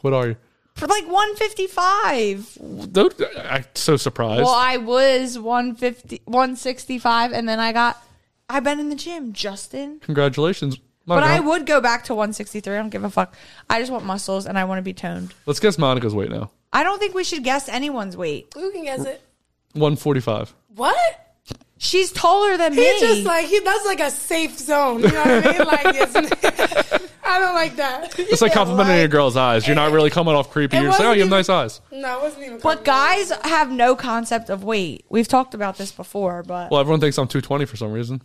S1: What are you?
S4: for like one fifty five.
S1: Don't- I'm so surprised.
S4: Well, I was 150, 165, and then I got. I've been in the gym, Justin.
S1: Congratulations.
S4: But
S1: Monica,
S4: I would go back to 163. I don't give a fuck. I just want muscles and I want to be toned.
S1: Let's guess Monica's weight now.
S4: I don't think we should guess anyone's weight.
S2: You can guess it.
S1: 145.
S2: What?
S4: She's taller than me.
S2: He's just like he. That's like a safe zone. You know what I mean? Like it's, I don't like that.
S1: It's like complimenting
S2: like-
S1: a girl's eyes. You're not really coming off creepy.
S2: It
S1: You're just like, oh,
S2: wasn't
S1: you have
S2: even-
S1: nice eyes.
S2: No, it wasn't even.
S4: but
S2: complimentary.
S4: guys have no concept of weight. We've talked about this before, but well,
S1: Well, everyone thinks I'm 220 for some reason.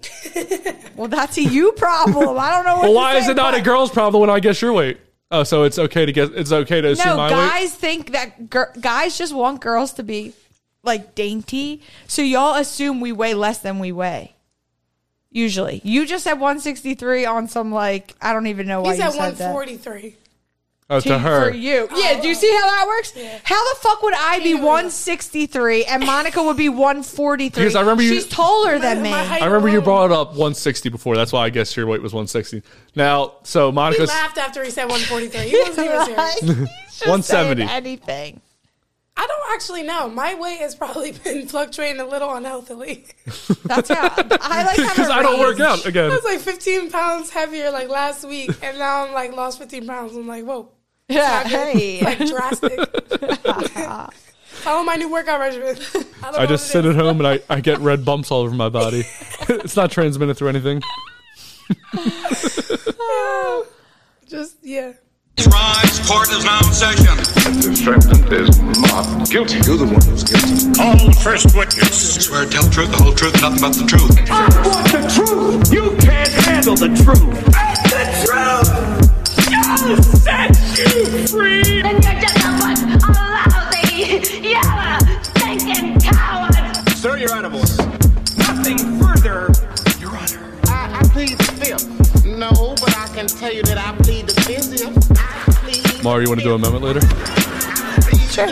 S4: that's a you problem. I don't know. What
S1: Well,
S4: to
S1: why is
S4: say,
S1: it not a
S4: but-
S1: girl's problem when I guess your weight? Oh, so it's okay to guess. It's okay to assume
S4: No,
S1: my weight.
S4: guys think that gir- guys just want girls to be like dainty. So y'all assume we weigh less than we weigh. Usually, you just said 163 on some like I don't even know why
S2: He said
S4: you said that.
S2: 143.
S1: Oh, to her.
S4: for you. Yeah, do you see how that works? How the fuck would I be 163 and Monica would be 143?
S1: Because I remember you-
S4: she's taller than
S2: My-
S4: me.
S2: my height
S1: I remember you
S2: alone.
S1: brought up 160 before. That's why I guessed your weight was 160. Now, so
S2: He
S1: Monica's
S2: laughed after he said 143. He wasn't even serious.
S4: He's just
S1: 170.
S4: saying Anything.
S2: I don't actually know. My weight has probably been fluctuating a little unhealthily.
S4: That's how I like
S1: because I don't work out
S2: I
S1: again.
S2: was like 15 pounds heavier like last week, and now I'm like lost 15 pounds. I'm like, whoa,
S4: Yeah,
S2: it's
S4: hey.
S2: like drastic. Follow my new workout regimen. I, don't know
S1: I just
S2: what
S1: sit
S2: it is.
S1: at home and I, I get red bumps all over my body. it's not transmitted through anything.
S2: Just yeah.
S5: Rise, court is now in session.
S6: defendant is not guilty. You're the one who's guilty.
S5: Call the first witness. Swear to tell the truth, the whole truth, nothing but the truth.
S7: I want the truth. You can't handle the truth. It's the truth. I'll set you free.
S8: Then you're just a bunch of lousy, yellow, stinking cowards.
S7: Sir, you're out of order. Nothing further, Your Honor.
S9: I, I plead the fifth. No, but I can tell you that I plead the fifth. I plead.
S1: Mario, you want to do a moment later?
S9: Sure.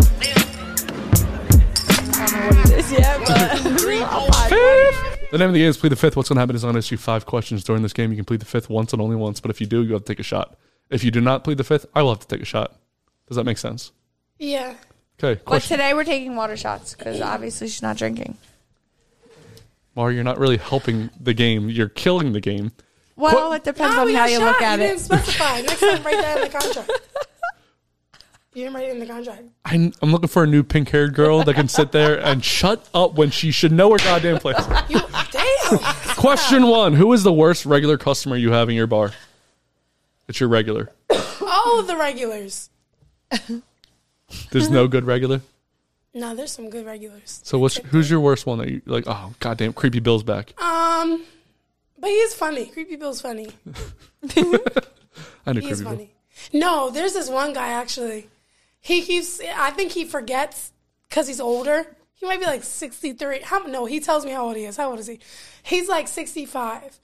S1: The name of the game is Plead the Fifth. What's going to happen is I'm going to ask you five questions during this game. You can plead the fifth once and only once, but if you do, you have to take a shot. If you do not plead the fifth, I will have to take a shot. Does that make sense?
S2: Yeah.
S1: Okay,
S4: But
S1: question.
S4: today we're taking water shots because obviously she's not drinking.
S1: Mario, you're not really helping the game. You're killing the game.
S4: Well, it depends
S2: Ah,
S4: on
S2: we
S4: how
S2: got
S4: you
S2: shot.
S4: look at
S2: you
S4: it.
S2: didn't specify. Next time, write that in the contract. You didn't write it in the contract.
S1: I'm, I'm looking for a new pink haired girl that can sit there and shut up when she should know her goddamn place.
S2: You, damn.
S1: Question one Who is the worst regular customer you have in your bar? It's your regular.
S2: All of the regulars.
S1: There's no good regular.
S2: No, there's some good regulars.
S1: So what's who's your worst one that you like? Oh goddamn, creepy Bill's back.
S2: Um, but he's funny. Creepy Bill's funny.
S1: I knew
S2: He's
S1: creepy Bill.
S2: funny. No, there's this one guy actually. He keeps. I think he forgets because he's older. He might be like 63. How? No, he tells me how old he is. How old is he? He's like 65.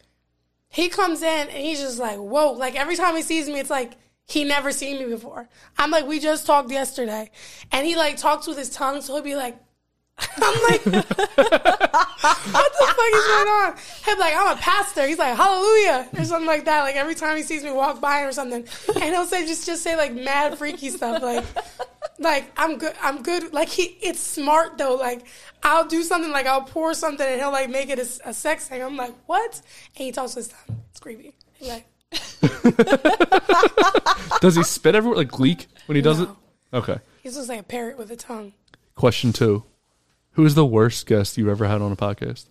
S2: He comes in and he's just like, whoa. Like every time he sees me, it's like he never seen me before. I'm like, we just talked yesterday, and he like talks with his tongue, so he'll be like. I'm like, what the fuck is going on? He'll be like, I'm a pastor. He's like, hallelujah, or something like that. Like every time he sees me walk by or something, and he'll say just just say like mad freaky stuff, like like I'm good, I'm good. Like he, it's smart though. Like I'll do something, like I'll pour something, and he'll like make it a, a sex thing. I'm like, what? And he talks with his tongue. It's creepy. He's like,
S1: Does he spit everywhere like leak when he does it? Okay.
S2: he's just like a parrot with a tongue.
S1: Question two. Who is the worst guest you ever had on a podcast?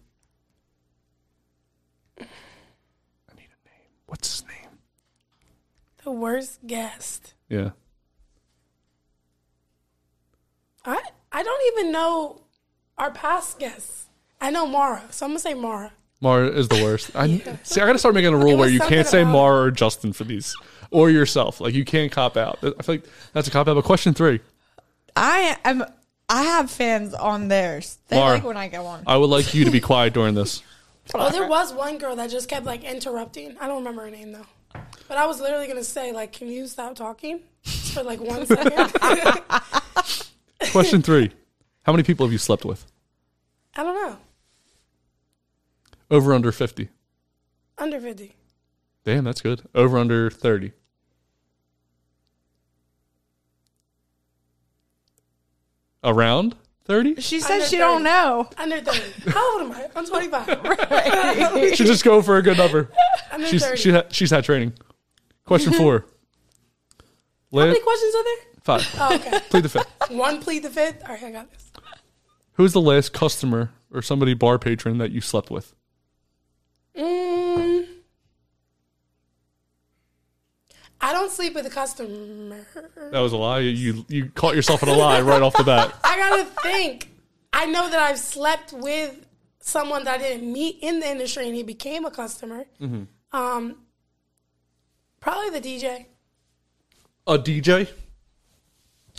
S1: I need a name. What's his name?
S2: The worst guest.
S1: Yeah.
S2: I I don't even know our past guests. I know Mara, so I'm gonna say Mara.
S1: Mara is the worst. I see. I gotta start making a rule
S2: It
S1: where
S2: was
S1: you can't
S2: something
S1: say
S2: about-
S1: Mara or Justin for these, or yourself. Like you can't cop out. I feel like that's a cop out. But question three,
S4: I am. I have fans on theirs. They
S1: Mara. Uh,
S4: like when I go on.
S1: I would like you to be quiet during this.
S2: Oh, there was one girl that just kept like interrupting. I don't remember her name though. But I was literally gonna say like, can you stop talking Just for like one second? I
S1: Question three, how many people have you slept with?
S2: don't know.
S1: Over under fifty.
S2: Under fifty.
S1: Damn, that's good. Over under 30. Around 30?
S4: She
S2: I know
S4: said she don't
S2: thirty.
S4: know.
S2: Under thirty. How old am I? I'm 25.
S4: Oh,
S1: Should just go for a good number.
S2: Under
S1: She's
S2: 30.
S1: she ha- she's had training. Question four.
S2: How
S1: Live
S2: many questions are there?
S1: five.
S2: Oh, okay.
S1: Plead the fifth.
S2: one plead the fifth. All right, I got this.
S1: Who's the last customer or somebody bar patron that you slept with?
S2: Mm. I don't sleep with a customer.
S1: That was a lie. You you caught yourself in a lie right off the bat.
S2: I gotta think. I know that I've slept with someone that I didn't meet in the industry, and he became a customer.
S1: Mm-hmm.
S2: Um, probably the DJ.
S1: A DJ.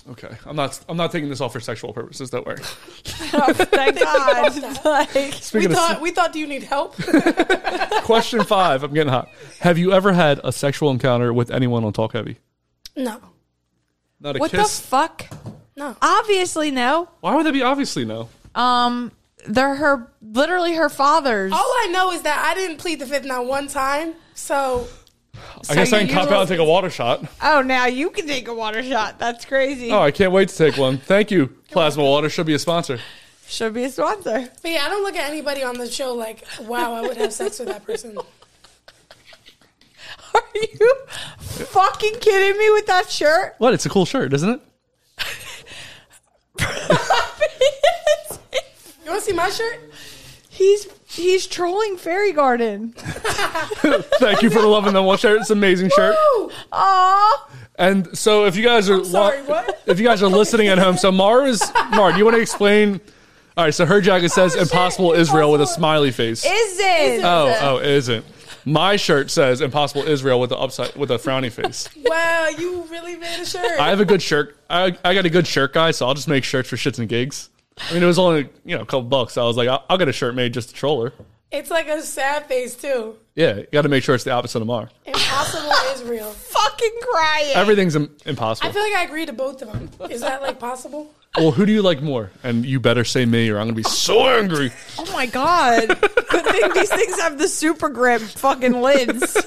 S1: Okay, I'm not I'm not taking this off for sexual purposes. Don't worry.
S4: Thank God. like,
S1: Speaking
S2: we
S1: of-
S2: thought. We thought. Do you need help?
S1: Question five. I'm getting hot. Have you ever had a sexual encounter with anyone on Talk Heavy?
S2: no.
S1: Not a
S4: what
S1: kiss.
S4: the fuck?
S2: No.
S4: Obviously no.
S1: Why would that be? Obviously, no.
S4: Um, they're her. Literally her father's.
S2: All I know is that I didn't plead the fifth not one time. So
S1: I guess I can
S4: you-
S1: cop out and take a water shot.
S4: Oh, now you can take a water shot. That's crazy.
S1: Oh, I can't wait to take one. Thank you. Plasma Water should be a sponsor.
S4: Should be a sponsor.
S2: but yeah, I don't look at anybody on the show like, wow, I would have sex with that person.
S4: Are you fucking kidding me with that shirt?
S1: What? It's a cool shirt, isn't it?
S2: You want to see my shirt?
S4: He's he's trolling Fairy Garden.
S1: Thank you for the love and the watch shirt. It's an amazing shirt.
S4: Aw.
S1: And so, if you guys are
S2: sorry, what?
S1: if you guys are listening at home, so Mara's Mara, do you want to explain? All right, so her jacket says
S4: Oh, shit,
S1: "Impossible Israel" with a smiley face.
S4: Is it?
S1: Oh, oh, it isn't. My shirt says "Impossible Israel" with the upside with a frowny face.
S2: Wow, you really made a shirt.
S1: I have a good shirt. I, I got a good shirt guy, so I'll just make shirts for shits and gigs. I mean, it was only you know a couple bucks. So I was like, I'll, I'll get a shirt made just to troll her.
S2: it's like a sad face too.
S1: Yeah, you got to make sure it's the opposite of Mar.
S2: Impossible is real.
S4: fucking crying.
S1: Everything's im-
S2: I
S1: impossible.
S2: feel like I agree to both of them. Is that like possible?
S1: well, who do you like more? And you better say me, or I'm gonna be so angry.
S4: oh my god. Good thing these things have the super grip fucking lids.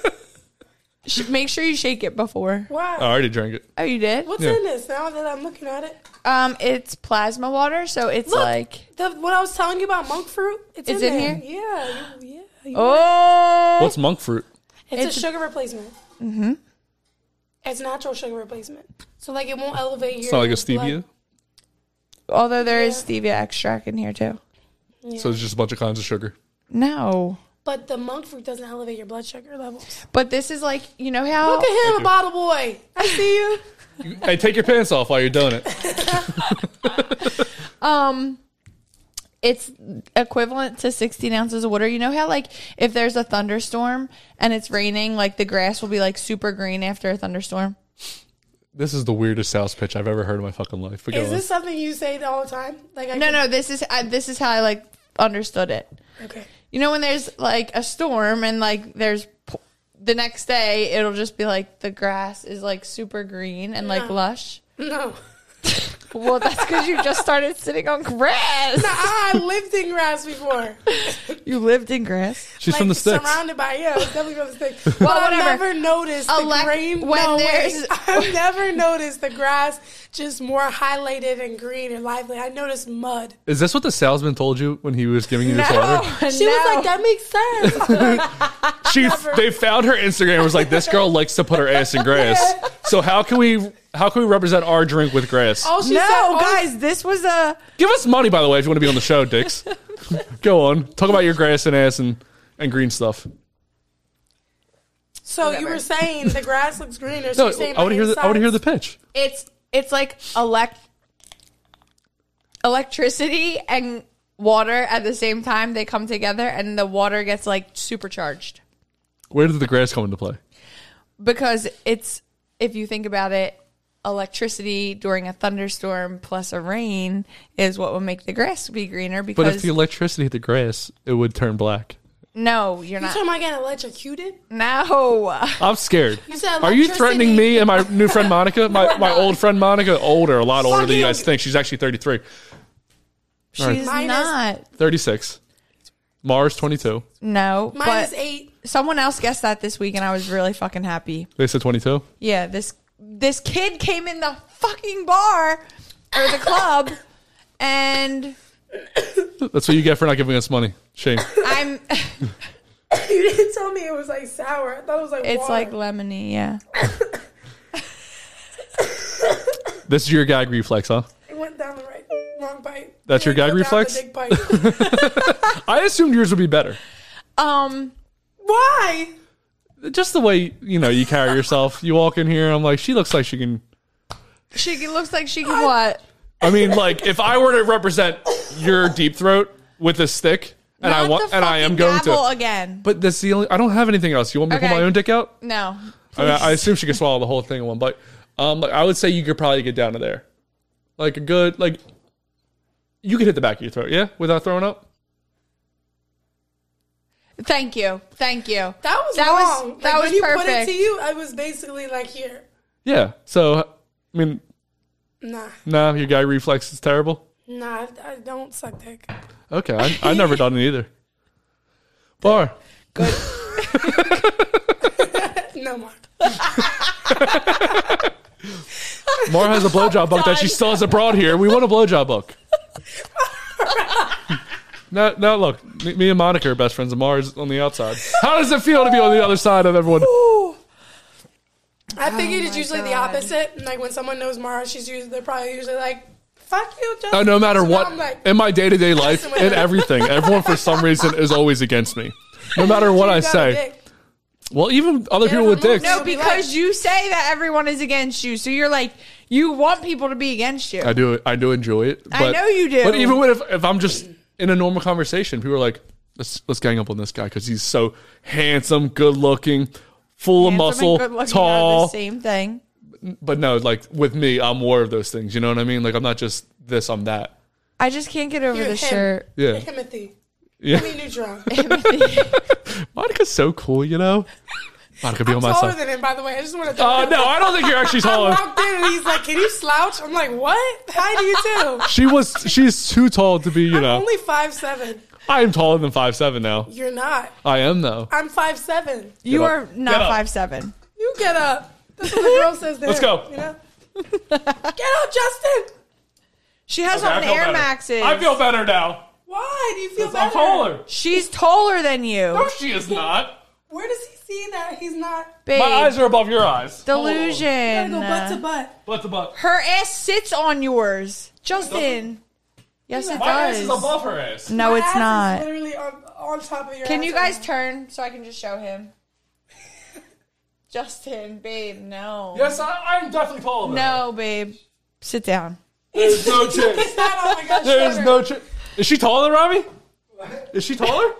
S4: Sh- Make sure you shake it before.
S2: Wow.
S1: I already drank it.
S4: Oh, you did?
S2: What's
S1: Uh, Yeah.
S2: in this now that I'm looking at it?
S4: Um, it's plasma water, so it's
S2: Look,
S4: like
S2: the, what I was telling you about monk fruit. It's
S4: Is
S2: in
S4: it
S2: there.
S4: here?
S2: Yeah, you, yeah. you-
S4: oh,
S1: What's monk fruit?
S2: it's,
S4: it's-
S2: a sugar replacement. Mm-hmm. It's natural sugar replacement. So like it won't elevate your.
S1: It's not like a stevia.
S4: although there is stevia extract in here too.
S1: So it's just a bunch of kinds of sugar.
S4: No,
S2: but the monk fruit doesn't elevate your blood sugar levels.
S4: but this is like you know how
S2: Look at him, a
S1: you.
S2: bottle boy. I see you.
S1: Hey, take your pants off while you're doing it.
S4: um it's equivalent to 16 ounces of water you know how like if there's a thunderstorm and it's raining like the grass will be like super green after a thunderstorm
S1: This is the weirdest sales pitch I've ever heard in my fucking life. But go
S2: Is
S1: on.
S2: this something you say all the time? Like I
S4: no
S2: can-
S4: no this is I, this is how i like understood it
S2: Okay.
S4: you know when there's like a storm and like there's po- the next day it'll just be like the grass is like super green and like
S2: No.
S4: lush
S2: No.
S4: well that's because you just started sitting on grass
S2: I lived in Ah, grass before.
S4: you lived in grass
S1: She's from the sticks.
S2: Surrounded by yeah, it's definitely from the sticks. Well,
S4: Well,
S2: I've
S4: whatever.
S2: never noticed
S4: Elec-
S2: the green.
S4: when
S2: no,
S4: there's-
S2: wait. I've never noticed the grass just more highlighted and green and lively. I noticed mud.
S1: is this what the salesman told you when he was giving you this order?
S2: She was like, "That makes sense."
S1: She they found her Instagram and was like, this girl likes to put her ass in grass. So how can we how can we represent our drink with grass?
S2: All she
S4: no
S2: said, all-
S4: guys this was a
S1: Give us money, by the way, if you want to be on the show, dicks. Go on. Talk about your grass and ass and, and green stuff.
S2: So you were saying the grass looks greener. So
S1: No,
S2: you're saying
S1: I want to hear the I want to hear the pitch.
S4: it's it's like elect electricity and water at the same time they come together and the water gets like supercharged
S1: Where did the grass come into play?
S4: because it's if you think about it electricity during a thunderstorm plus a rain is what will make the grass be greener
S1: But if
S4: because
S1: the electricity hit the grass, it would turn black.
S4: no you're
S2: You
S4: not
S2: talking about getting electrocuted?
S4: no
S1: I'm scared.
S2: said
S1: Are you
S2: electricity.
S1: threatening me and my new friend Monica? My my old friend Monica, older, a lot older than you
S2: Fuck you.
S1: guys think. She's actually 33.
S4: she's
S2: Minus-
S4: not
S1: 36. Mars 22.
S4: no
S2: Mine is
S4: but
S2: eight.
S4: someone else guessed that this week and i was really fucking happy
S1: They said 22.
S4: Yeah, this this kid came in the fucking bar or the club, and
S1: That's what you get for not giving us money. Shame.
S4: I'm.
S2: You didn't tell me it was like sour. I thought it was like
S4: It's
S2: water.
S4: like lemony, yeah.
S1: This is your gag reflex, huh?
S2: it went down the right wrong pipe.
S1: That's your
S2: It went
S1: gag
S2: down the
S1: reflex?
S2: big pipe.
S1: I assumed yours would be better.
S4: Um,
S2: Why?
S1: Just the way, you know, you carry yourself. You walk in here, I'm like, she looks like she can
S4: she can- looks like she can what?
S1: I mean, like, if I were to represent your deep throat with a stick, and I
S4: Not
S1: want,
S4: the
S1: and I am
S4: fucking
S1: going
S4: gavel
S1: to,
S4: again.
S1: but that's the only. I don't have anything else. You want me to
S4: Okay.
S1: pull my own dick out?
S4: No,
S1: I, mean, I assume she could swallow the whole thing in one bite. Um, like, I would say you could probably get down to there, like a good, like, you could hit the back of your throat, yeah, without throwing up.
S4: thank you, thank you.
S2: That was
S4: That was-
S2: wrong.
S4: that
S2: like,
S4: was
S2: when you put it
S4: perfect.
S2: to you, I was basically like here.
S1: Yeah. So, I mean,
S2: Nah,
S1: nah, your guy reflex is terrible.
S2: nah, I, I don't suck dick.
S1: Okay, I, I've never done it either. Bar.
S2: No more.
S1: Mara has a blowjob book that she still has abroad here. We want a blowjob book. no, no, look, me, me and Monica are best friends, and Mara's on the outside. How does it feel to be on the other side of everyone?
S2: I figured it's
S4: Oh my
S2: usually the
S4: God.
S2: opposite. Like when someone knows Mara, she's usually they're probably usually like, "Fuck you, Justin."
S1: Uh, no matter
S2: So
S1: what,
S2: I'm like,
S1: in my day to day life,
S2: Listen, wait,
S1: in
S2: wait.
S1: everything, everyone for some reason is always against me. No matter what I
S2: "You got a
S1: say,
S2: dick."
S1: Well, even other people
S2: but
S1: with
S2: look,
S1: dicks.
S2: no,
S4: No, because you say that everyone is against you, so you're like you want people to be against you.
S1: I do. I do enjoy it. But,
S4: I know you do.
S1: But even when if, if I'm just in a normal conversation, people are like, "Let's let's gang up on this guy because he's so handsome, good looking, full
S4: Handsome and
S1: of muscle,
S4: good-looking are the
S1: tall."
S4: same thing.
S1: But no, like with me, I'm more of those things. You know what I mean? Like I'm not just this. I'm that.
S4: I just can't get over
S2: You're him.
S4: the shirt.
S1: Yeah.
S2: Timothy.
S1: Yeah.
S2: Timothy Neutron.
S1: Monica's so cool. You know. Monica, be on my
S2: Taller
S1: side.
S2: than him, by the way. I just want to.
S1: Uh, no, I don't think you're actually
S2: I
S1: taller.
S2: walked in and he's like, "Can you slouch?" I'm like, "What? How do you do?"
S1: She was. She's too tall to be. You know.
S2: Only five seven.
S1: I am taller than five seven now.
S2: You're not.
S1: I am though.
S2: I'm five seven.
S4: You
S1: up.
S4: are
S1: Get
S4: not
S1: up.
S4: five seven.
S2: You get up. That's what the girl says. To
S1: Let's
S2: him,
S1: go.
S2: You know. get up, Justin.
S4: She has
S1: I
S4: on
S1: feel
S4: Air
S1: better.
S4: Maxes.
S1: I feel better now.
S2: Why do you feel
S1: I'm
S2: better?
S1: taller.
S4: She's taller than
S1: No,
S4: you.
S1: she is not.
S2: Where does he see that he's not?
S4: Babe,
S1: My eyes are above your eyes. Oh.
S2: Gotta
S4: delusion.
S2: go butt to butt.
S1: Butt to butt.
S4: Her ass sits on yours, Justin. Yes, it
S1: My ass is
S4: does.
S1: above her ass.
S4: No,
S2: My
S4: it's
S2: ass is
S4: not.
S2: Literally on, on top of your.
S4: Can
S2: ass
S4: you
S2: right
S4: guys
S2: now.
S4: turn so I can just show him? Justin, babe, no.
S1: Yes, I, I'm definitely taller. than her.
S4: No, babe. Sit down.
S1: There's no chance.
S2: oh my gosh.
S1: There's no chance. Is she taller than Robbie? Is she taller?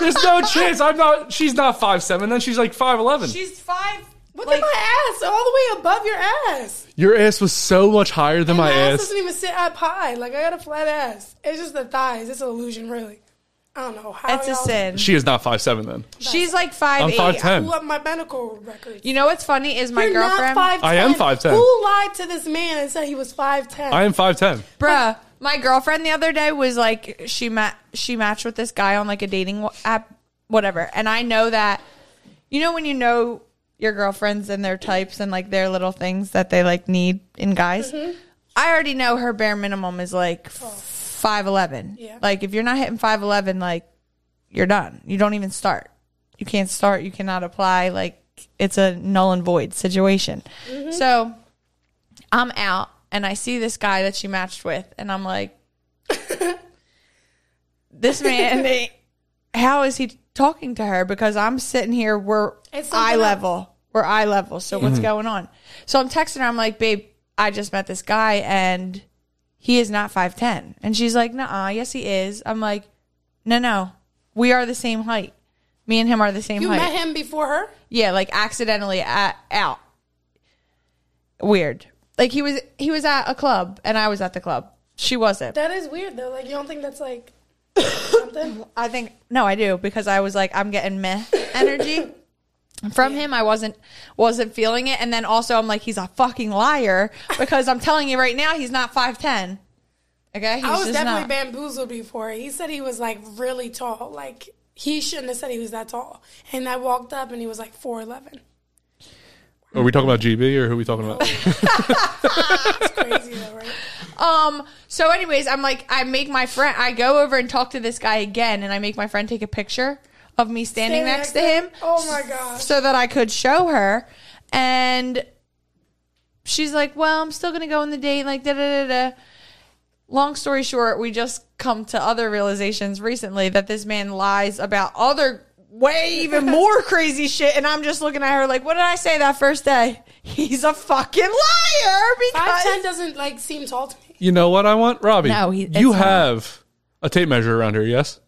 S1: There's no chance. I'm not. She's not five seven. Then she's like five eleven.
S4: She's five.
S2: Look
S4: like-
S2: at my ass, all the way above your ass.
S1: Your ass was so much higher than
S2: my ass doesn't even sit up high. Like I got a flat ass. It's just the thighs. It's an illusion, really. I don't know how.
S4: It's a
S2: y'all-
S4: sin.
S1: She is not five seven. Then
S4: She's like five
S1: I'm
S4: eight.
S1: five ten.
S2: Pull up my medical records.
S4: You know what's funny is my
S2: You're
S4: girlfriend,
S2: not 5'10".
S1: I am 5'10".
S2: Who lied to this man and said he was 5'10"?
S1: I am five ten.
S4: bruh. My girlfriend the other day was like she ma- she matched with this guy on like a dating wa- app, whatever. And I know that you know when you know your girlfriends and their types and like their little things that they like need in guys. I already know her bare minimum is like five eleven.
S2: Yeah.
S4: Like if you're not hitting five eleven, like you're done. You don't even start. You can't start. You cannot apply. Like it's a null and void situation. So I'm out and I see this guy that she matched with, and I'm like, this man, they- how is he talking to her? Because I'm sitting here, we're
S2: It's something
S4: eye
S2: else.
S4: level. We're eye level. So what's going on? So I'm texting her. I'm like, babe, I just met this guy and he is not 5'10. And she's like, nah, yes, he is. I'm like, no, no, we are the same height. Me and him are the same
S2: you
S4: height.
S2: met him before her?
S4: Yeah, like accidentally at, out. Weird. Like he was he was at a club and I was at the club. She wasn't.
S2: That is weird though. Like you don't think that's like something?
S4: I think no, I do because I was like I'm getting meh energy from him. I wasn't wasn't feeling it and then also I'm like he's a fucking liar because I'm telling you right now he's not 5'10. Okay? He's
S2: I was
S4: just
S2: definitely
S4: not.
S2: bamboozled before. He said he was like really tall. Like he shouldn't have said he was that tall. And I walked up and he was like four eleven.
S1: Are we talking about GB or who are we talking about?
S2: Crazy though, right?
S4: Um. So, anyways, I'm like, I make my friend. I go over and talk to this guy again, and I make my friend take a picture of me standing,
S2: Standing
S4: next to
S2: next to-
S4: him.
S2: Oh my gosh.
S4: So that I could show her, and she's like, "Well, I'm still gonna go on the date." Like da da da da. Long story short, we just come to other realizations recently that this man lies about other way even more crazy shit, and I'm just looking at her like, "What did I say that first day?" He's a fucking
S2: Five
S4: liar because
S2: ten doesn't like seem tall to me.
S1: You know what I want, Robbie?
S4: No, he- it's
S1: you
S4: not.
S1: have a tape measure around here, yes?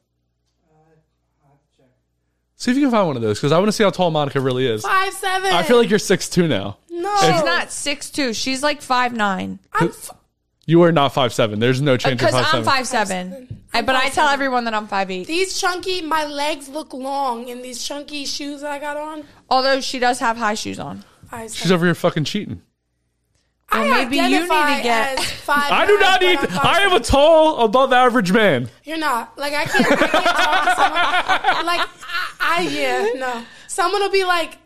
S1: See if you can find one of those because I want to see how tall Monica really is.
S2: Five seven.
S1: I feel like you're six two now.
S2: no.
S4: She's not six two. She's like five nine.
S2: I'm f-
S1: You are not five seven. There's no chance you're
S4: Because
S1: five
S4: Uh, I'm
S1: seven.
S4: five seven. But I tell everyone that I'm five eight.
S2: these chunky. My legs look long in these chunky shoes that I got on.
S4: Although she does have high shoes on.
S2: Five
S1: She's
S2: seven.
S1: over here fucking cheating.
S2: I
S4: maybe you need to
S2: identify
S4: get-
S2: as five.
S1: I do
S2: nine,
S1: not
S2: but
S1: need.
S2: I'm five
S1: I am a
S2: seven.
S1: tall, above average man.
S2: You're not. Like I can't, I can't talk to someone. Like I, I yeah, no. Someone will be like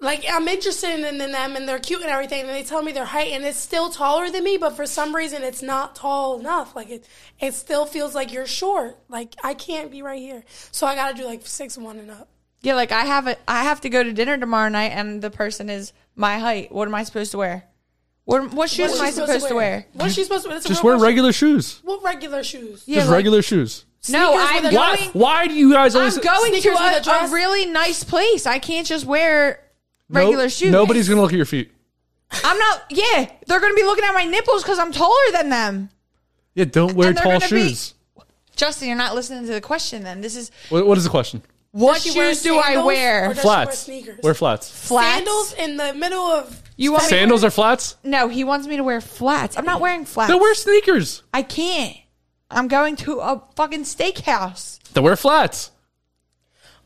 S2: like I'm interested in, in them and they're cute and everything, and they tell me their height and it's still taller than me, but for some reason it's not tall enough. Like it it still feels like you're short. Like I can't be right here. So I gotta do like six one and up.
S4: Yeah, like I have a I have to go to dinner tomorrow night and the person is my height. What am I supposed to wear? What what shoes
S2: What's
S4: am I
S2: she
S4: supposed to wear?
S2: What's she supposed to wear? That's a
S1: Just
S2: real
S1: wear
S2: question.
S1: regular shoes.
S2: What regular shoes?
S4: Yeah,
S1: Just
S4: like,
S1: regular shoes.
S4: No,
S2: Sneakers
S4: I'm
S2: with a
S1: Why?
S4: going-
S1: Why do you guys always
S4: I'm going to
S2: Sneakers with a
S4: a, a
S2: dress?
S4: really nice place. I can't just wear
S1: Nope,
S4: regular shoes.
S1: Nobody's gonna look at your feet.
S4: I'm not. Yeah, they're gonna be looking at my nipples because I'm taller than them.
S1: Yeah, don't wear
S4: And they're
S1: tall
S4: gonna be-
S1: shoes.
S4: Justin, you're not listening to the question. Then this is
S1: What, what is the question?
S4: what
S2: she wear
S4: shoes do I
S2: sandals
S4: wear?
S2: or does- she wear
S1: Flats.
S2: sneakers?
S1: Wear flats.
S4: Flats.
S2: Sandals in the middle of
S4: You want me to
S1: Sandals are flats.
S4: No, he wants me to wear flats. I'm not wearing flats.
S1: They wear sneakers.
S4: I can't. I'm going to a fucking steakhouse.
S1: They wear flats.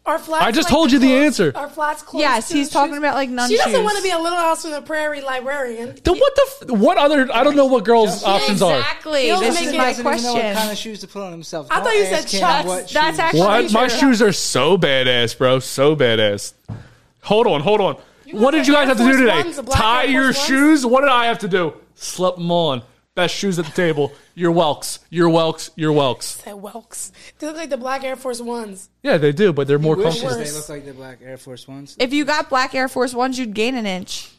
S2: our flats.
S1: I just
S2: like
S1: told you the
S2: clothes-
S1: answer.
S2: Our flats close.
S4: Yes,
S2: to
S4: he's
S2: the
S4: talking
S2: shoes.
S4: about, like, nun
S2: She doesn't
S4: shoes.
S2: want to be a little house on the prairie librarian.
S1: Then what the? F- what other? I don't know what girls' options are.
S4: exactly.
S2: He'll
S4: This
S2: make
S4: is
S2: it-
S4: my
S2: doesn't
S4: question.
S10: what kind of shoes to put on himself.
S2: I
S10: Don't
S2: thought you
S10: ask
S2: said
S10: him
S2: chucks.
S10: what
S4: That's
S10: shoes.
S4: actually
S1: What? My
S4: true.
S1: shoes are so badass, bro. So badass. Hold on, hold on. What
S2: got
S1: did you
S2: the
S1: guys
S2: Air
S1: have to do
S2: Force
S1: today?
S2: Ones, the black
S1: Tie
S2: Air
S1: your
S2: Force Ones?
S1: shoes. What did I have to do? Slip them on. Best shoes at the table. Your Welks. Your Welks. Your Welks.
S2: Said Welks. They look like the black Air Force Ones.
S1: Yeah, they do, but they're more
S10: Wishes
S1: comfortable.
S10: they look like the black Air Force ones.
S4: If you got black Air Force Ones, you'd gain an inch.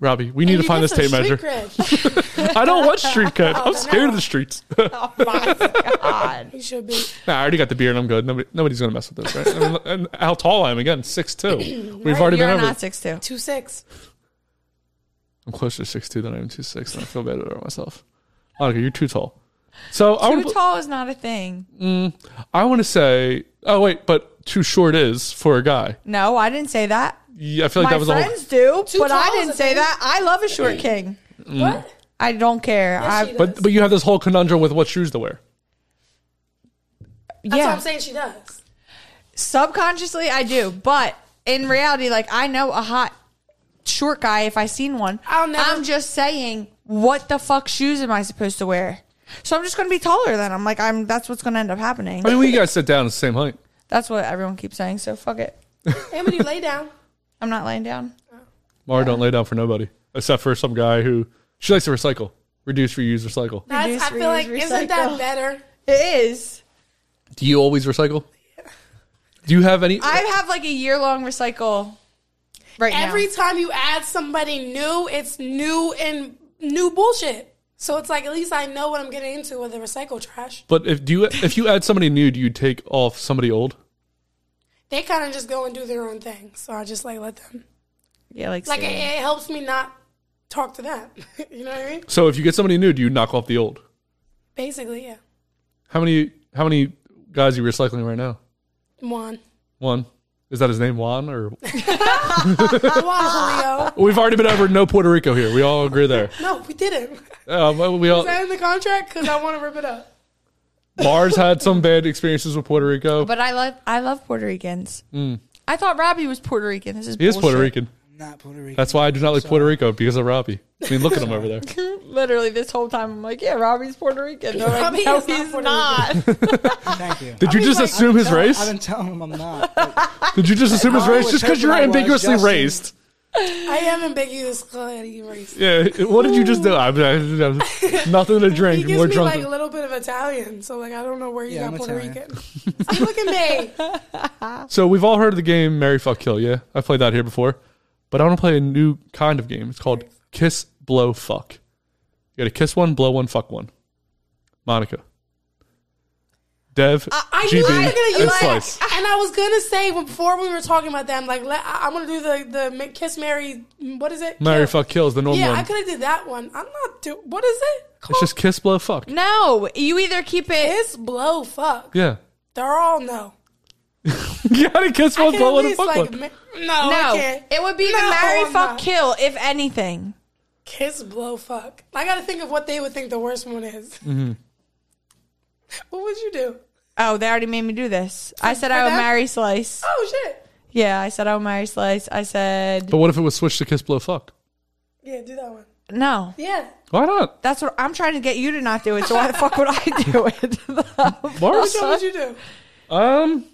S1: Robbie, we need to find this tape measure. I don't want street cred.
S2: Oh,
S1: I'm scared of the streets.
S4: Oh my god!
S2: You should be.
S1: Nah, I already got the beard. I'm good. Nobody, nobody's gonna mess with this, right? I mean, and how tall I am again? Six two. We've already
S4: You're
S1: been over.
S4: not six two.
S2: Two six.
S1: I'm closer to six two than I am two six, and I feel bad about myself. Monica, you're too tall. So I
S4: Too
S1: want
S4: tall is not a thing.
S1: I want to say. Oh wait, but too short is for a guy.
S4: No, I didn't say that.
S1: Yeah, I feel like
S4: my
S1: that was a whole.
S4: friends do,
S2: Too
S4: but I
S2: tall is
S4: didn't
S2: a
S4: say
S2: thing.
S4: that. I love a short king.
S1: Mm.
S2: What?
S4: I don't care.
S2: Yes, she
S4: I,
S2: does.
S1: But but you have this whole conundrum with what shoes to wear.
S4: yeah,
S2: That's what I'm saying. She does.
S4: subconsciously I do, but in reality, like I know a hot short guy if I seen one.
S2: I'll never-
S4: I'm just saying, what the fuck shoes am I supposed to wear? So I'm just gonna be taller than I'm like I'm. That's what's gonna end up happening.
S1: I mean, we guys sit down at the same height.
S4: That's what everyone keeps saying. So fuck it.
S2: And when you lay down,
S4: I'm not laying down.
S1: Mara don't lay down for nobody except for some guy who she likes to recycle, reduce, reuse, recycle.
S2: that's, I
S4: Reduce,
S2: feel like
S4: reuse,
S2: isn't
S4: recycle.
S2: that better?
S4: It is.
S1: Do you always recycle? Do you have any?
S4: I have like a year long recycle. Right
S2: Every
S4: now.
S2: time you add somebody new, it's new and new bullshit. So it's like at least I know what I'm getting into with the recycle trash.
S1: But if do you if you add somebody new, do you take off somebody old?
S2: They kind of just go and do their own thing. So I just like let them.
S4: Yeah, like,
S2: Like it,
S4: Sarah.
S2: it helps me not talk to them. you know what I mean?
S1: So if you get somebody new, do you knock off the old?
S2: Basically, yeah.
S1: How many how many guys are you recycling right now?
S2: One.
S1: One. Is that his name Juan or
S2: Wow, Leo.
S1: we've already been over no Puerto Rico here. We all agree there.
S2: No, we didn't. Is
S1: Um, we all
S2: that in the contract? Because I want to rip it up.
S1: Mars had some bad experiences with Puerto Rico.
S4: But I love I love Puerto Ricans. I thought Robbie was Puerto Rican. This is
S1: he is
S4: bullshit.
S1: Puerto Rican.
S10: Not Puerto Rican.
S1: That's why I do not like Puerto Rico because of Robbie. I mean, look at him over there.
S4: Literally, this whole time I'm like, yeah, Robbie's Puerto Rican. They're like,
S2: Robbie
S4: no,
S2: is not
S4: he's
S2: Puerto
S4: not.
S10: Thank you.
S1: Did you just assume his
S10: I've
S1: race?
S10: been telling him I'm not. but
S1: Did you just assume his
S10: I
S1: race
S10: was
S1: just because
S10: hoping
S1: you're
S10: I was,
S1: ambiguously
S10: Justin.
S1: raised?
S2: I am ambiguous. God, he raised.
S1: Yeah. What did you just do? I, I- I- nothing to
S2: He
S1: drink.
S2: gives
S1: We're
S2: me
S1: drunk.
S2: like a little bit of Italian, so like I don't know where you
S10: Yeah,
S2: got
S10: I'm
S2: Puerto
S10: Italian.
S2: Rican. See, look at me.
S1: So we've all heard of the game Mary Fuck Kill, yeah? I played that here before. But I want to play a new kind of game. It's called Kiss Blow Fuck. You gotta kiss one, blow one, fuck one. Monica. Dev,
S2: I
S1: GB,
S2: knew I was gonna
S1: and
S2: use that.
S1: Slice.
S2: and I was gonna say before we were talking about that, I'm like, let, I, am gonna do the the Ma- kiss Mary. What is it?
S1: Mary
S2: Kill.
S1: Fuck Kill is the normal
S2: Yeah, I
S1: one.
S2: could have did that one. I'm not do. What is it?
S1: It's just Kiss Blow Fuck.
S2: Mm.
S4: No, you either keep it.
S2: Kiss, blow, fuck.
S1: Yeah.
S2: They're all no.
S1: you gotta kiss
S2: I
S1: one,
S2: can at
S1: blow one, and
S2: least
S1: fuck
S2: like
S1: one.
S2: ma- no, I
S4: No,
S2: can't.
S4: it would be the
S2: No,
S4: marry,
S2: I'm
S4: fuck,
S2: not.
S4: kill, if anything.
S2: Kiss, blow, fuck. I gotta think of what they would think the worst one is.
S1: Mm-hmm.
S2: What would you do?
S4: Oh, they already made me do this. I said I
S2: for
S4: would
S2: that?
S4: marry Slice.
S2: Oh shit!
S4: Yeah, I said I would marry Slice. I said
S1: But what if it was switched to Kiss Blow Fuck?
S2: Yeah, do that one.
S4: no.
S2: Yeah,
S1: Why not?
S4: That's what I'm trying to get you to not do it. So why the fuck would I do it?
S1: Mars?
S2: so what would you do?
S1: Um,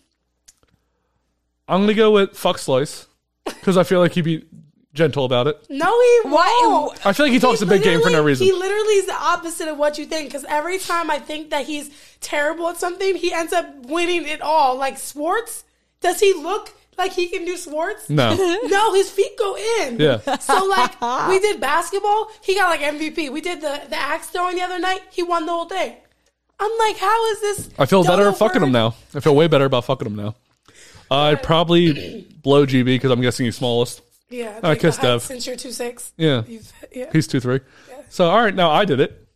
S1: I'm gonna go with Fuck Slice because I feel like he'd be gentle about it.
S2: No, he
S4: Why?
S2: won't.
S1: I feel like he talks a big game for no
S2: literally-
S1: reason.
S2: He literally is the opposite of what you think because every time I think that he's terrible at something, he ends up winning it all. Like Swartz, does he look like he can do Swartz?
S1: No.
S2: No, his feet go in.
S1: Yeah.
S2: So like we did basketball, he got like MVP. We did the the axe throwing the other night, he won the whole thing. I'm like, how is this?
S1: I feel better
S2: double
S1: fucking him now. I feel way better about fucking him now. I'd probably blow GB because I'm guessing he's smallest.
S2: Yeah,
S1: I
S2: like the
S1: kissed
S2: height
S1: Dev.
S2: Since you're two six.
S1: Yeah.
S2: yeah.
S1: He's two three. So all right, now I did it.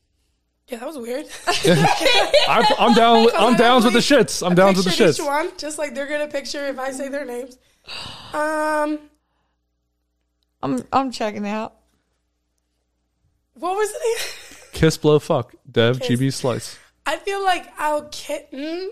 S2: Yeah, that was weird.
S1: I'm, I'm down. with- I'm down with the shits. I'm down with the
S2: Picture each
S1: shits.
S2: one, just like they're gonna picture if I say their names. Um,
S4: I'm I'm checking out.
S2: what was it?
S1: Kiss, blow, fuck, Dev,
S2: Kiss.
S1: GB, slice.
S2: I feel like I'll kitten.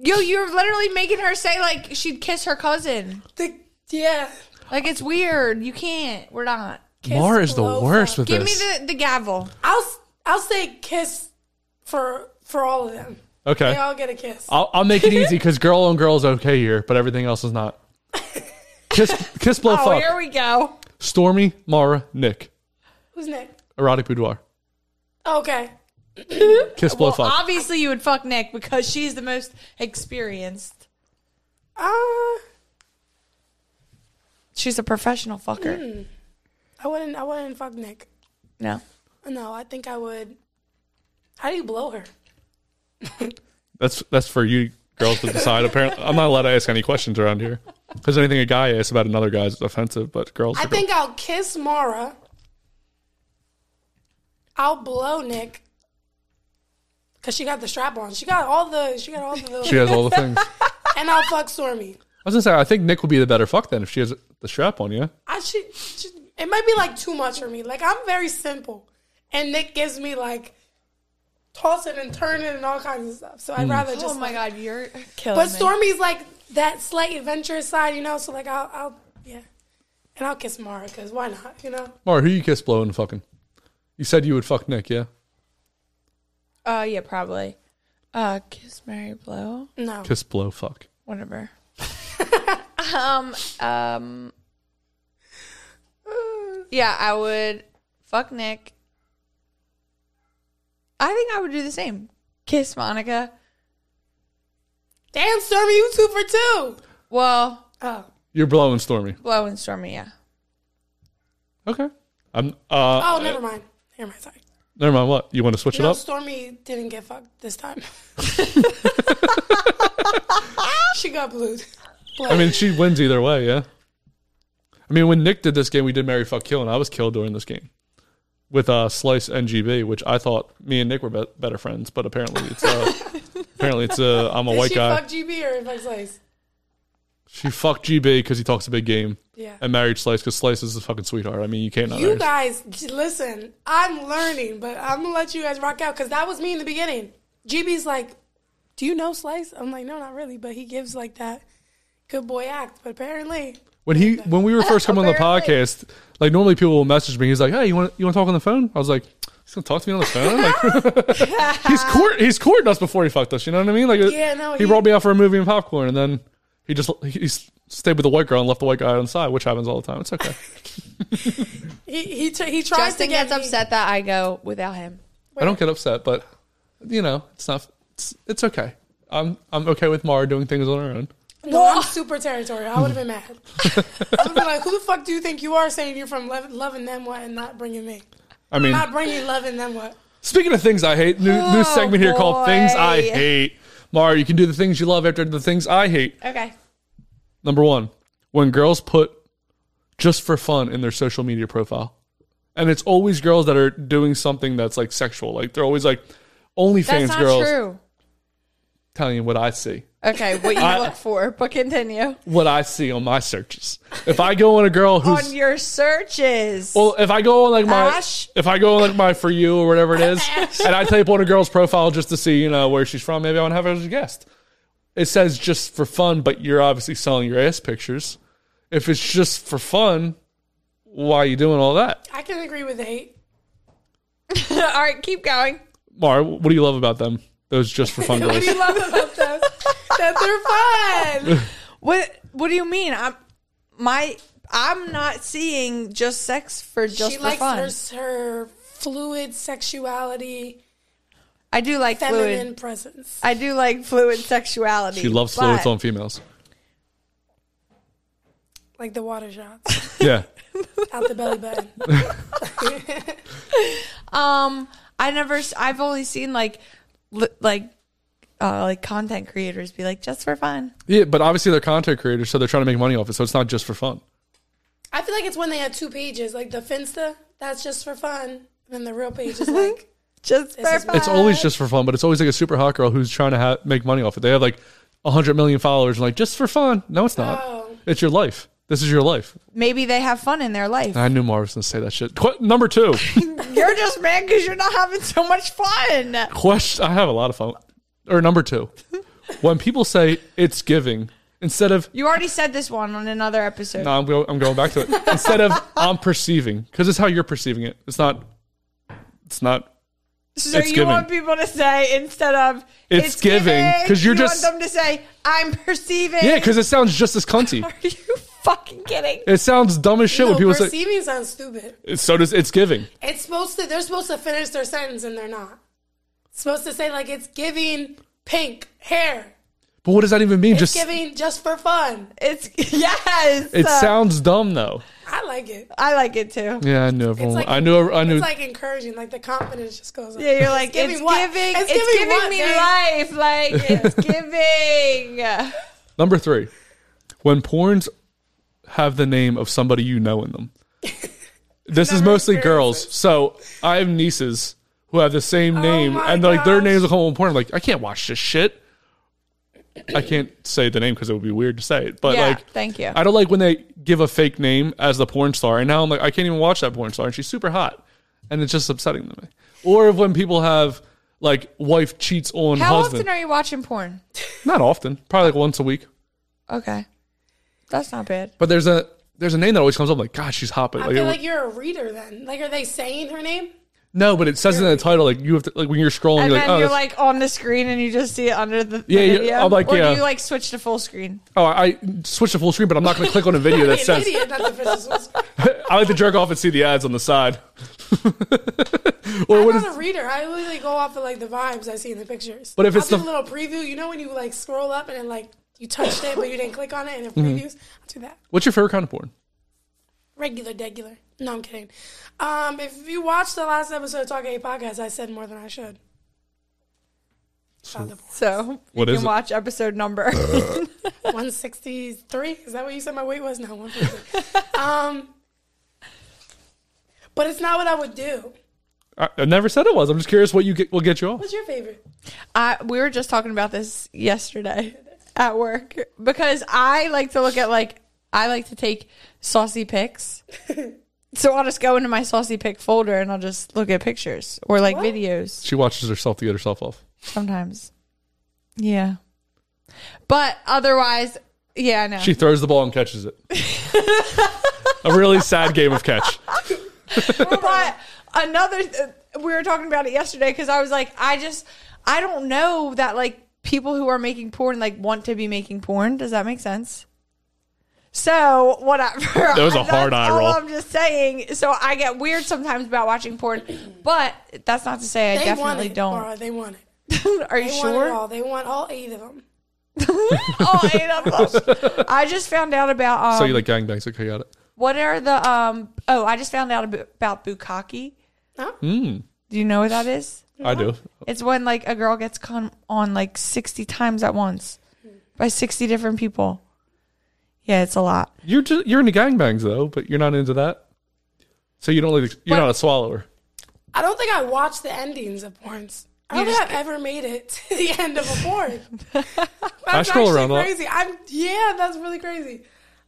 S4: Yo, you're literally making her say like she'd kiss her cousin.
S2: The yeah.
S4: Like it's weird. You can't. We're not.
S1: Mara is the
S2: blow,
S1: worst with
S4: Give
S1: this.
S4: me the, the gavel.
S2: I'll s- I'll say kiss for for all of them. They
S1: okay, Uh,
S2: all get a kiss.
S1: I'll, I'll make it easy because girl on girl is okay here, but everything else is not. Kiss, kiss, blow,
S4: Oh,
S1: fuck.
S4: here we go.
S1: Stormy, Mara, Nick,
S2: Who's next?
S1: erotic boudoir.
S2: Okay.
S1: Kiss, blow, fuck.
S4: Obviously, you would fuck Nick because she's the most experienced.
S2: Uh, I
S4: She's a professional fucker.
S2: wouldn't. I wouldn't fuck Nick.
S4: No.
S2: No, I think I would. How do you blow her?
S1: That's that's for you girls to decide. Apparently, I'm not allowed to ask any questions around here because anything a guy asks about another guy is offensive. But girls,
S2: I
S1: are going
S2: think I'll kiss Mara. I'll blow Nick. Cause she got the strap on. She got all the. She got all the.
S1: she has all the things. I
S2: and I'll fuck Stormy.
S1: was gonna say, I think Nick would be the better fuck then if she has the strap on. Yeah,
S2: I should, should. It might be like too much for me. Like I'm very simple, and Nick gives me like tossing and turning and all kinds of stuff. So I'd rather just.
S4: oh my
S2: like-
S4: god, you're killing
S2: But
S4: me.
S2: Stormy's like that slight adventurous side, you know. So like I'll, I'll yeah, and I'll kiss Mara because why not? You know.
S1: Mara, who you kiss blowing and fucking? You said you would fuck Nick. Yeah,
S4: Uh, yeah, probably. Uh, kiss, Mary blow,
S2: No.
S1: kiss, blow, fuck.
S4: whatever. um, um, yeah, I would fuck Nick. I think I would do the same. Kiss Monica.
S2: Damn, Stormy, you two for two.
S4: Well,
S2: Oh.
S1: You're blowing Stormy.
S4: blow and Stormy. Yeah.
S1: Okay. I'm. Uh,
S2: Oh, never mind. Never mind. Sorry.
S1: never mind. What you want to switch
S2: No,
S1: it up?
S2: Stormy didn't get fucked this time. she got blued.
S1: I mean, she wins either way. Yeah. I mean, when Nick did this game, we did marry, fuck, kill, and I was killed during this game with uh, Slice NGB, which I thought me and Nick were be- better friends, but apparently it's uh, apparently it's uh, I'm a
S2: Did
S1: white
S2: she
S1: guy.
S2: fuck GB or fuck Slice?
S1: she fucked GB because he talks a big game.
S2: Yeah.
S1: And married Slice because Slice is a fucking sweetheart. I mean, you can't not.
S2: You
S1: marry-
S2: guys, j- listen, I'm learning, but I'm gonna let you guys rock out because that was me in the beginning. GB's like, Do you know Slice? I'm like, No, not really, but he gives like that good boy act. But apparently,
S1: when he when we were first coming on the
S4: Apparently.
S1: podcast, like normally people will message me. He's like, "Hey, you want you want to talk on the phone?" I was like, "He's gonna talk to me on the phone." Like, he's court he's courting us before he fucked us. You know what I mean? Like,
S2: Yeah, no,
S1: he,
S2: he-
S1: brought me out for a movie and popcorn, and then he just he, he stayed with the white girl and left the white guy on the side, which happens all the time. It's okay.
S2: he he, t- he tries
S4: Justin
S2: to get
S4: gets
S2: me-
S4: upset that I go without him.
S1: I don't get upset, but you know, it's not it's, it's okay. I'm I'm okay with Mara doing things on her own.
S2: No, I'm super territorial. I would have been mad. I would have been like, Who the fuck do you think you are saying you're from loving, loving them what and not bringing me?
S1: I mean,
S2: Not bringing loving them what?
S1: Speaking of things I hate, new, new segment here called
S4: boy.
S1: Things I Hate. Mara, you can do the things you love after the things I hate.
S4: Okay.
S1: Number one, when girls put just for fun in their social media profile. And it's always girls that are doing something that's like sexual. Like they're always like
S4: That's
S1: OnlyFans
S4: not
S1: girls
S4: true.
S1: telling you what I see.
S4: Okay, what you
S1: I-
S4: look for, but continue.
S1: What I see on my searches. If I go on a girl who's
S4: On your searches.
S1: Well, if I go on like my
S4: Ash?
S1: if I go on like my for you or whatever it is, and I type on a girl's profile just to see you know where she's from, maybe I want to have her as a guest. It says just for fun, but you're obviously selling your ass pictures. If it's just for fun, why are you doing all that,
S2: I can agree with hate.
S4: All right, keep going.
S1: Mara? What do you love about them? Those just for fun
S2: What
S1: girls.
S2: do you love about them? that they're fun.
S4: What What do you mean? I'm my. I'm not seeing just sex for just
S2: she
S4: for
S2: likes
S4: fun.
S2: her her fluid sexuality,
S4: I do like
S2: feminine
S4: fluid.
S2: presence.
S4: I do like fluid sexuality.
S1: She loves
S4: but-
S1: fluids on females.
S2: Like the water shots
S1: Yeah,
S2: out the belly button.
S4: Um, I never. s- I've only seen like, li- like, uh, like content creators be like just for fun.
S1: Yeah, but obviously they're content creators, so they're trying to make money off it. So it's not just for fun.
S2: I feel like it's when they had two pages, like the Finsta, that's just for fun, and then the real page is like
S4: just
S2: for fun.
S1: It's always just for fun, but it's always like a super hot girl who's trying to ha- make money off it. They have like 100 million followers and like, just for fun. No, it's not.
S2: Oh.
S1: It's your life. This is your life.
S4: Maybe they have fun in their life.
S1: I knew Marv was going to say that shit. Qu- number two.
S4: you're just mad because you're not having so much fun.
S1: Question. I have a lot of fun. Or number two. when people say it's giving, instead of,
S4: You already said this one on another episode.
S1: no, I'm, go- I'm going back to it. Instead of, I'm perceiving, because it's how you're perceiving it. It's not, it's not
S4: so
S1: it's
S4: you
S1: giving.
S4: want people to say instead of
S1: It's giving, 'cause you're
S4: you want
S1: just-
S4: them to say I'm perceiving.
S1: Yeah, because it sounds just as cunty.
S4: fucking kidding.
S1: It sounds dumb as shit
S2: no,
S1: when people say.
S2: perceiving sounds stupid.
S1: So does it's giving.
S2: It's supposed to. They're supposed to finish their sentence, and they're not. It's supposed to say like it's giving pink hair.
S1: But what does that even mean?
S2: It's
S1: just
S2: giving just for fun.
S4: It's yes. Uh,
S1: it sounds dumb though.
S2: I like it.
S4: I like it too.
S1: Yeah, I knew everyone.
S2: like-
S1: Oh, I knew. I knew.
S2: It's like encouraging. Like the confidence just goes. up.
S4: Yeah, you're like it's giving.
S2: what?
S4: it's giving,
S2: what,
S4: me
S2: babe?
S4: life. Like it's giving.
S1: Number three, when porns have the name of somebody you know in them. This is mostly girls. So I have nieces who have the same name,
S2: Oh my
S1: and like their
S2: gosh.
S1: names will come on porn. I'm like I can't watch this shit. I can't say the name because it would be weird to say it. But
S4: yeah.
S1: like,
S4: thank you.
S1: I don't like when they give a fake name as the porn star, and now I'm like, I can't even watch that porn star, and she's super hot, and it's just upsetting to me. Or when people have like wife cheats on
S4: How
S1: husband,
S4: often are you watching porn?
S1: not often, probably like once a week.
S4: Okay, that's not bad.
S1: But there's a there's a name that always comes up, like God, she's hot, but
S2: I
S1: like,
S2: feel
S1: it-
S2: like you're a reader. Then, like, are they saying her name?
S1: no, but it says it in the title, like you have to like when you're scrolling,
S4: And
S1: you're like,
S4: then
S1: oh,
S4: you're
S1: that's-
S4: like on the screen and you just see it under the, the
S1: Yeah, yeah,
S4: video.
S1: I'm like,
S4: or
S1: yeah.
S4: do you like switch to full screen?
S1: oh, I switched to full screen, but I'm not going to click on a video that
S2: An
S1: says
S2: idiot, not the physicist.
S1: I like to jerk off and see the ads on the side.
S2: I'm
S1: or what is
S2: not a reader. I literally go off of like the vibes I see in the pictures.
S1: But if
S2: I'll
S1: it's
S2: do
S1: the-
S2: a little preview, you know when you like scroll up and then like you touched it but you didn't click on it and it
S1: Mm-hmm.
S2: previews. I'll do that.
S1: what's your favorite kind of porn?
S2: Regular, degular. No, I'm kidding. Um, if you watched the last episode of Talk A Podcast, I said more than I should.
S4: So
S1: What
S4: you
S1: is it? Uh.
S4: can watch episode number.
S2: 163. Is that what you said my weight was? No, 163. um, but it's not what I would do.
S1: I, I never said it was. I'm just curious what you get will get you off.
S2: What's your favorite?
S4: I we were just talking about this yesterday at work because I like to look at like I like to take saucy pics. so I'll just go into my saucy pic folder and I'll just look at pictures or like videos
S1: She watches herself to get herself off.
S4: sometimes. Yeah. But otherwise, yeah, I know.
S1: She throws the ball and catches it. a really sad game of catch.
S4: but another th- we were talking about it yesterday because i was like i just i don't know that like people who are making porn like want to be making porn does that make sense so whatever that
S1: was a hard eye roll.
S4: i'm just saying so i get weird sometimes about watching porn but that's not to say i
S2: They want
S4: definitely
S2: it.
S4: don't
S2: Laura, they want it.
S4: are you
S2: They want it
S4: sure
S2: all. They want all eight of them.
S4: oh eight of them. i just found out about um,
S1: so you like gangbangs? Okay, got it.
S4: what are the um oh i just found out ab- about bukkake
S2: Huh?
S4: do you know what that is
S1: Mm, I do.
S4: It's when like a girl gets con- on like sixty times at once by sixty different people. Yeah, it's a lot.
S1: You're just, you're into gangbangs though, but you're not into that. So you don't like the, you're
S4: But-
S1: not a swallower.
S2: I don't think I watch the endings of porns. I don't
S4: You
S2: think
S4: just-
S2: I've ever made it to the end of a porn. That's
S1: scroll
S2: actually
S1: around a lot.
S2: crazy. I'm yeah, that's really crazy.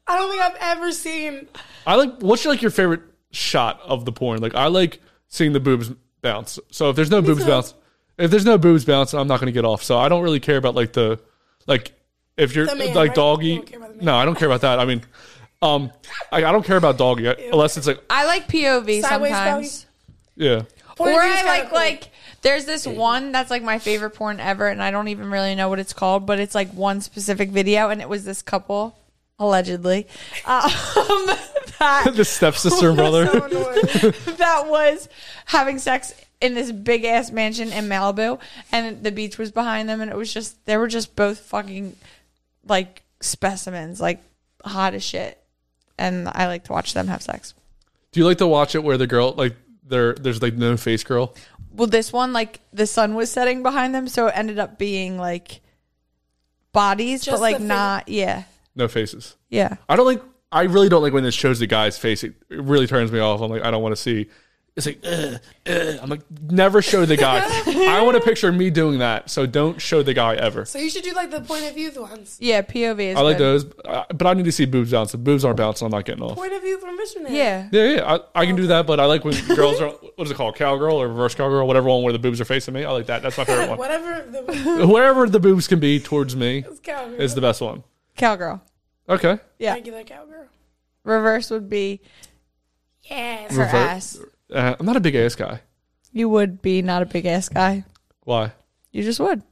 S2: I don't think I've ever seen.
S1: I like what's your, like your favorite shot of the porn? Like I like seeing the boobs bounce. So if there's no boobs
S2: too.
S1: bounce, if there's no boobs bounce, I'm not going to get off. So I don't really care about like the like if you're
S2: The man,
S1: like
S2: right? You
S1: doggy.
S2: don't care about the man.
S1: No, I don't care about that. I mean, um, I, I don't care about doggy I- unless it's like
S4: I like POV
S2: Sideways
S4: sometimes,
S1: yeah.
S2: Porn
S4: or
S2: is
S4: I
S2: kinda
S4: like
S2: cool.
S4: like there's this one that's like my favorite porn ever, and I don't even really know what it's called, but it's like one specific video, and it was this couple allegedly um, that
S1: the stepsister and brother.
S2: So annoying.
S4: that was having sex in this big ass mansion in Malibu, and the beach was behind them, and it was just they were just both fucking like specimens, like hot as shit. And I like to watch them have sex.
S1: Do you like to watch it where the girl like there there's like no face curl.
S4: Well, this one, like the sun was setting behind them, so it ended up being like bodies,
S2: Just
S4: but like
S2: the fig-
S4: not. Yeah,
S1: No faces.
S4: yeah.
S1: I don't like. I really don't like when this shows the guy's face. It, it really turns me off. I'm like, I don't want to see. It's like, ugh, ugh. I'm like, never show the guy. I want to picture me doing that. So don't show the guy ever.
S2: So you should do like the point of view ones.
S4: Yeah, POV is.
S1: I like
S4: good.
S1: those, uh, but I need to see boobs bouncing. Boobs aren't bouncing. I'm not getting off.
S2: Point of view from missionary.
S4: Yeah,
S1: Yeah, yeah, I, I can do that, but I like when girls are what is it called, cowgirl or reverse cowgirl, whatever one where the boobs are facing me. I like that. That's my favorite one.
S2: Whatever the
S1: Wherever the boobs can be towards me
S2: cowgirl.
S1: is the best one.
S4: cowgirl.
S1: Okay,
S4: Yeah,
S2: regular cowgirl.
S4: reverse would be
S2: Yes.
S4: her
S1: Rever-
S4: ass.
S1: uh, I'm not a big ass guy.
S4: You would be not a big ass guy.
S1: Why?
S4: You just would.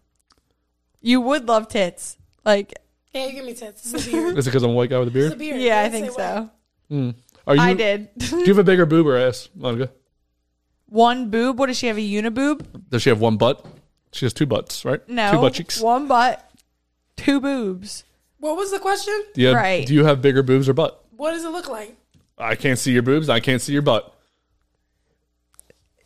S4: You would love tits. Like,
S2: Yeah, you give me tits. It's a beard.
S1: Is it because I'm a white guy with a
S2: It's a
S1: beard?
S2: beard.
S4: yeah, I
S2: Yes,
S4: think
S2: it
S4: so.
S1: Are you?
S4: I did.
S1: Do you have a bigger boob or ass, Monica?
S4: one boob. What does she have? A uniboob?
S1: Does she have one butt? She has two butts, right?
S4: No.
S1: two butt cheeks.
S4: One butt, two boobs.
S2: What was the question?
S1: Do you have,
S4: Right.
S1: Do you have bigger boobs or butt?
S2: What does it look like?
S1: I can't see your boobs. I can't see your butt.
S4: You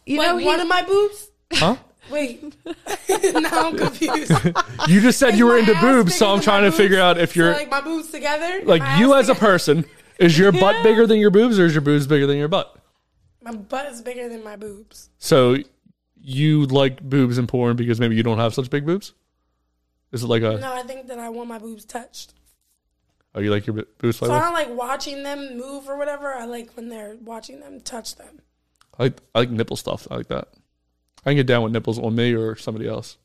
S2: Wait,
S4: know, he-
S2: one of my boobs?
S1: Huh?
S2: Wait. now I'm confused.
S1: You just said you were
S2: My
S1: into
S2: ass
S1: boobs,
S2: bigger
S1: so I'm
S2: than
S1: trying
S2: my
S1: to figure
S2: boobs?
S1: out if
S2: So,
S1: you're
S2: like my boobs together.
S1: like
S2: My
S1: you
S2: ass
S1: as a
S2: together?
S1: person is your butt bigger than your boobs or is your boobs bigger than your butt
S2: My butt is bigger than my boobs.
S1: so you like boobs and porn because maybe you don't have such big boobs is it like a
S2: No, I think that I want my boobs touched.
S1: oh you like your bo- boobs
S2: So I
S1: slightly
S2: don't like watching them move or whatever. I like when they're watching them touch them.
S1: I like, I like nipple stuff i like that i can get down with nipples on me or somebody else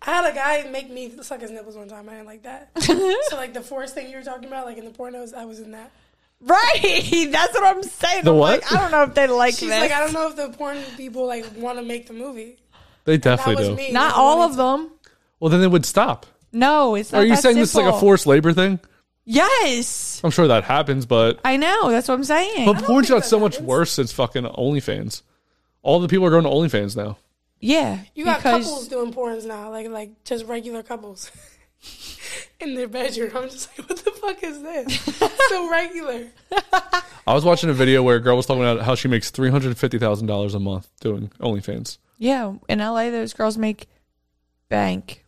S2: I had a guy make me suck his nipples one time. I didn't like that. so like the force thing you were talking about, like in the pornos, I was in that.
S4: Right. That's what I'm saying.
S1: The
S4: I'm
S1: what?
S4: like, I don't know if they like
S2: She's
S4: this.
S2: like, I don't know if the porn people like want to make the movie.
S1: they
S2: That
S1: definitely
S2: was
S1: do
S2: me.
S4: Not all of them.
S1: well then they would stop
S4: No, it's not.
S1: are you
S4: that
S1: saying this is like a
S4: simple.
S1: forced labor thing
S4: Yes.
S1: i'm sure that happens but
S4: I know. That's what I'm saying.
S1: but porn's
S2: think
S1: got so
S2: that
S1: much
S2: happens.
S1: worse since fucking onlyfans all the people are going to onlyfans now
S4: yeah.
S2: You got couples doing porns now, like like just regular couples in their bedroom. I'm just like, what the fuck is this? so regular.
S1: I was watching a video where a girl was talking about how she makes three hundred fifty thousand dollars a month doing OnlyFans.
S4: Yeah. In LA, those girls make bank.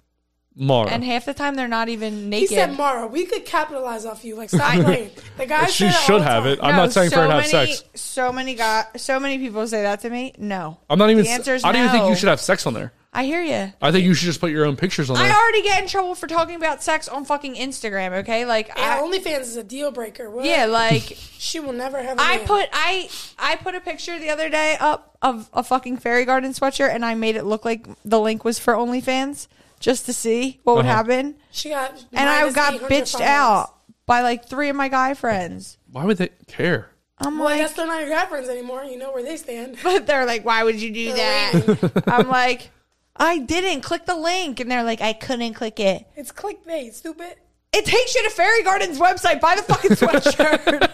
S1: Mara,
S4: And half the time, they're not even
S2: He
S4: naked.
S2: said, Mara, we could capitalize off you. Like, stop playing. The guy
S1: she
S2: said all
S1: should
S2: the
S1: have
S2: time.
S1: it. I'm not saying for her to have sex.
S4: So many got so many people say that to me. No,
S1: I'm not even.
S4: The answer is
S1: I don't even think
S4: no.
S1: you should have sex on there.
S4: I hear you.
S1: I think you should just put your own pictures on there.
S4: I already get in trouble for talking about sex on fucking Instagram. Okay, like
S2: Yeah,
S4: I,
S2: OnlyFans is a deal breaker. What?
S4: yeah, like
S2: She will never have a
S4: I
S2: man.
S4: put I I put a picture the other day up of a fucking fairy garden sweatshirt, and I made it look like the link was for OnlyFans just to see what would
S1: Uh-huh.
S4: happen,
S2: She got.
S4: and I
S2: minus
S4: got
S2: 800
S4: bitched
S2: followers.
S4: out by like three of my guy friends.
S1: Why would they care?
S4: I'm
S2: Well,
S4: like,
S2: that's they're not your guy friends anymore. You know where they stand.
S4: but they're like, why would you do that? I'm like, I didn't click the link, and they're like, I couldn't click it.
S2: It's clickbait, stupid.
S4: It takes you to Fairy Garden's website. Buy the fucking sweatshirt.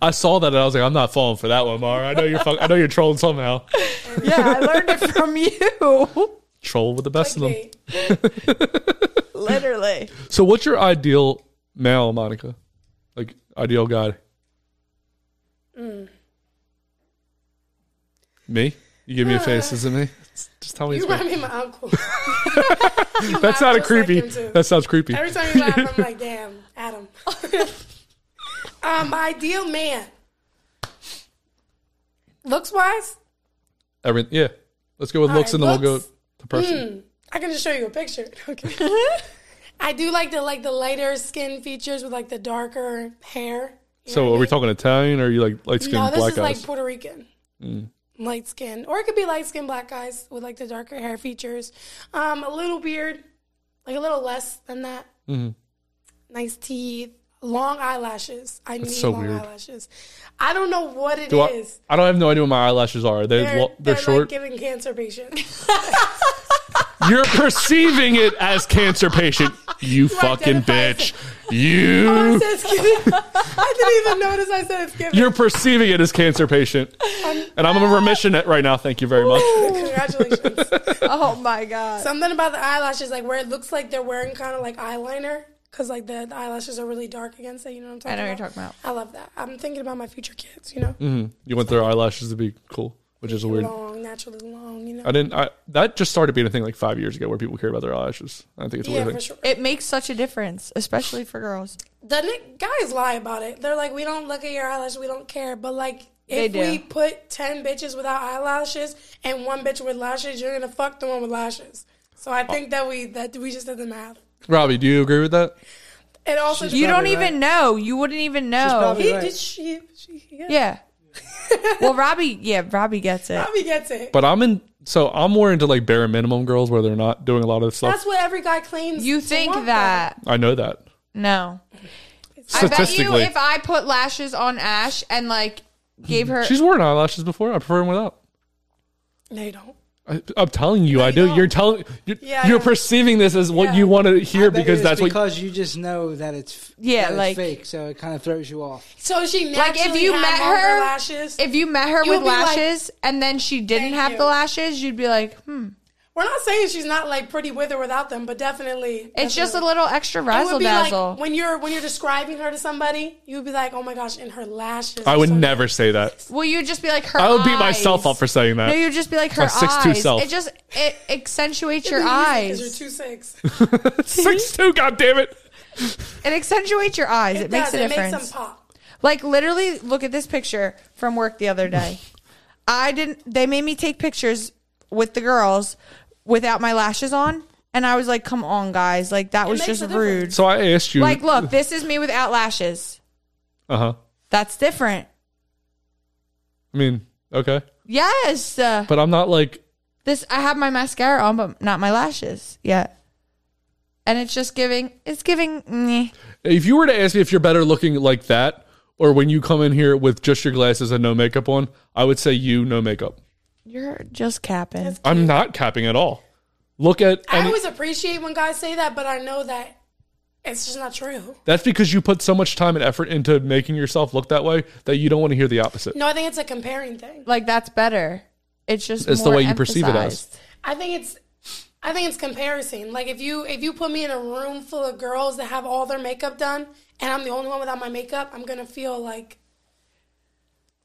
S1: I saw that and I was like, I'm not falling for that one, Mara. I know you're. Fuck, I know you're trolling somehow.
S4: yeah, I learned it from you.
S1: Troll with the best of them.
S2: Clickbait.
S4: Literally.
S1: So, what's your ideal male, Monica? Like ideal guy?
S2: Mm.
S1: Me? You give me a face, is it me? Just tell me.
S2: Uh, You
S1: it's me.
S2: remind me of my uncle.
S1: That's
S2: laugh
S1: not a
S2: just like
S1: creepy.
S2: him, too.
S1: that sounds creepy.
S2: Every time you laugh, I'm like, damn, Adam. um, my ideal man. Looks wise,
S1: Every- yeah. Let's go with
S2: All
S1: looks,
S2: right,
S1: and then we'll go
S2: looks. Mm.
S1: to person.
S2: hmm, I can just show you a picture. Okay. I do like the like the lighter skin features with like the darker hair. You know
S1: So,
S2: what
S1: are
S2: I
S1: we
S2: mean?
S1: talking Italian, or are you like light skinned
S2: No, this
S1: black Mm.
S2: is
S1: guys?
S2: like Puerto Rican. Light skin. Or it could be light skin black guys with like the darker hair features. Um, a little beard, like a little less than that.
S1: Mm-hmm.
S2: Nice teeth, long eyelashes. I need
S1: so
S2: long
S1: weird.
S2: eyelashes. I don't know what it is.
S1: Do I, I don't have no idea what my eyelashes are. They're
S2: They're,
S1: lo- they're,
S2: they're, like
S1: short.
S2: giving cancer patients.
S1: You're perceiving it as cancer patient. You fucking
S2: identify as
S1: bitch. You.
S2: It says giving- I didn't even notice I said it's giving.
S1: You're perceiving it as cancer patient. And I'm in remission at- right now. Thank you very much.
S2: Congratulations.
S4: Oh my god.
S2: Something about the eyelashes, like where it looks like they're wearing kind of like eyeliner. because like the, the eyelashes are really dark against it. You know what I'm talking
S4: I
S2: about?
S4: know what you're talking about.
S2: I love that. I'm thinking about my future kids. You know,
S1: Mm-hmm. You want their eyelashes to be cool, which is weird.
S2: long, naturally long. You know,
S1: I didn't. I, that just started being a thing like five years ago, where people care about their eyelashes. I think it's a
S2: Yeah,
S1: weird
S2: for
S1: thing.
S2: sure.
S4: It makes such a difference, especially for girls.
S2: The ni- guys lie about it. They're like, we don't look at your eyelashes, we don't care. But like,
S4: They
S2: if
S4: do.
S2: we put ten bitches without eyelashes and one bitch with lashes, you're gonna fuck the one with lashes. So I think that we that we just did the math.
S1: Robbie, do you agree with that?
S2: And also,
S4: You don't even know. You wouldn't even know.
S10: probably-
S2: He
S10: Right.
S2: did. She. she yeah.
S4: yeah. well, Robbie, yeah, Robbie gets it.
S2: Robbie gets it.
S1: But I'm in. So I'm more into like bare minimum girls where they're not doing a lot of stuff.
S2: That's what every guy claims.
S4: You
S2: to
S4: think
S2: want,
S4: that?
S1: I know that.
S4: No. I bet you
S1: Statistically,
S4: if I put lashes on Ash and like gave her
S1: she's worn eyelashes before. I prefer them without.
S2: though. No, you don't.
S1: I, I'm telling you, I
S2: you
S1: do.
S2: don't.
S1: You're telling. You're,
S2: Yeah, I
S1: you're
S2: know.
S1: perceiving this as what
S2: Yeah.
S1: you want to hear because that's what.
S10: because you just know that it's f-
S4: Yeah,
S10: that it's
S4: like-
S10: fake, so it kind of throws you off.
S2: So she
S4: like
S2: naturally
S4: if you
S2: had
S4: met
S2: longer
S4: her
S2: lashes.
S4: if you met her
S2: You
S4: with
S2: would be like,
S4: lashes and then she didn't
S2: "Thank
S4: have
S2: you."
S4: the lashes, you'd be like, hmm.
S2: We're not saying she's not like pretty with or without them, but definitely
S4: It's just a
S2: definitely.
S4: little extra
S2: It
S4: razzle
S2: would be
S4: dazzle.
S2: like when you're when you're describing her to somebody, you would be like, "Oh my gosh!" And her lashes.
S1: I
S2: are
S1: would
S2: so-
S1: never say that.
S4: Will you just be like her?
S1: I would beat
S4: eyes.
S1: myself up for saying that.
S4: No, you'd just be like her
S1: My 6'2"
S4: eyes.
S1: self.
S4: It just it accentuates
S2: It'd
S4: your
S2: be easy 'cause
S4: eyes.
S2: You're two six.
S1: Six two. God damn it.
S4: It accentuates your eyes. It, makes a
S2: does.
S4: difference.
S2: It makes them pop.
S4: Like literally, look at this picture from work the other day. I didn't. They made me take pictures with the girls without my lashes on, and I was like, "Come on, guys! Like that was
S2: makes
S4: just
S2: a difference.
S4: rude."
S1: So I asked you.
S4: Like, look, this is me without lashes.
S1: Uh huh.
S4: That's different.
S1: I mean, okay,
S4: Yes, uh,
S1: but I'm not like
S4: this I have my mascara on, but not my lashes yet. And it's just giving. It's giving. meh.
S1: If you were to ask me if you're better looking like that, or when you come in here with just your glasses and no makeup on, I would say you no makeup.
S4: You're just capping.
S1: I'm not capping at all. Look at
S2: I
S1: any,
S2: always appreciate when guys say that, but I know that it's just not true.
S1: that's because you put so much time and effort into making yourself look that way that you don't want to hear the opposite.
S2: No, I think it's a comparing thing.
S4: Like that's better. It's just
S1: It's the
S4: more
S1: way you perceive it as.
S4: emphasized.
S2: I think it's. I think it's comparison. Like if you if you put me in a room full of girls that have all their makeup done, and I'm the only one without my makeup, I'm gonna feel like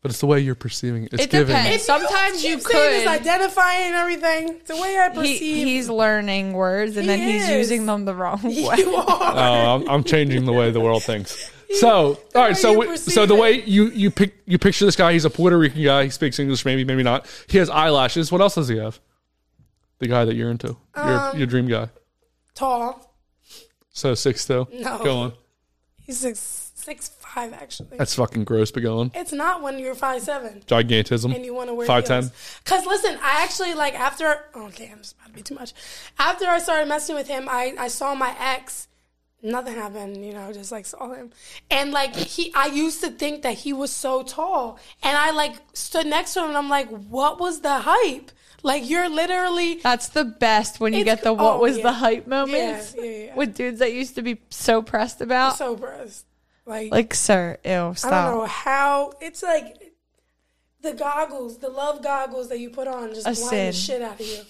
S1: But it's the way you're perceiving it. It's
S4: It
S1: giving.
S4: depends.
S2: If
S4: Sometimes you
S2: keep saying this
S4: could.
S2: identifying and everything. It's the way I perceive.
S4: He, he's learning words and
S2: He
S4: then he's
S2: is.
S4: using them the wrong way.
S2: you are.
S1: Oh, I'm, I'm changing the way the world thinks. So,
S2: The
S1: all
S2: way
S1: right. So,
S2: you
S1: we,
S2: perceive
S1: so the
S2: it.
S1: way you you pick you picture this guy, he's a Puerto Rican guy. He speaks English, maybe, maybe not. He has eyelashes. What else does he have? The guy that you're into,
S2: Um,
S1: your your dream guy.
S2: Tall.
S1: So six though.
S2: No.
S1: Go on.
S2: He's six six five actually.
S1: That's fucking gross, but go on.
S2: It's not when you're five seven
S1: Gigantism.
S2: and you want to wear
S1: five ten.
S2: Because listen, I actually like after. Oh damn, it's about to be too much. After I started messing with him, I I saw my ex. Nothing happened, you know. Just like saw him, and like he, I used to think that he was so tall, and I like stood next to him, and I'm like, what was the hype? Like you're literally
S4: That's the best when you
S2: It's-
S4: get the what
S2: oh,
S4: was
S2: yeah.
S4: the hype moments
S2: Yeah, yeah, yeah.
S4: with dudes that used to be so pressed about.
S2: so breast. Like,
S4: Uh, like, sir, ew,
S2: I
S4: stop.
S2: don't know how. It's like the goggles, the love goggles that you put on, just
S4: A
S2: blind
S4: sin.
S2: the shit out of you.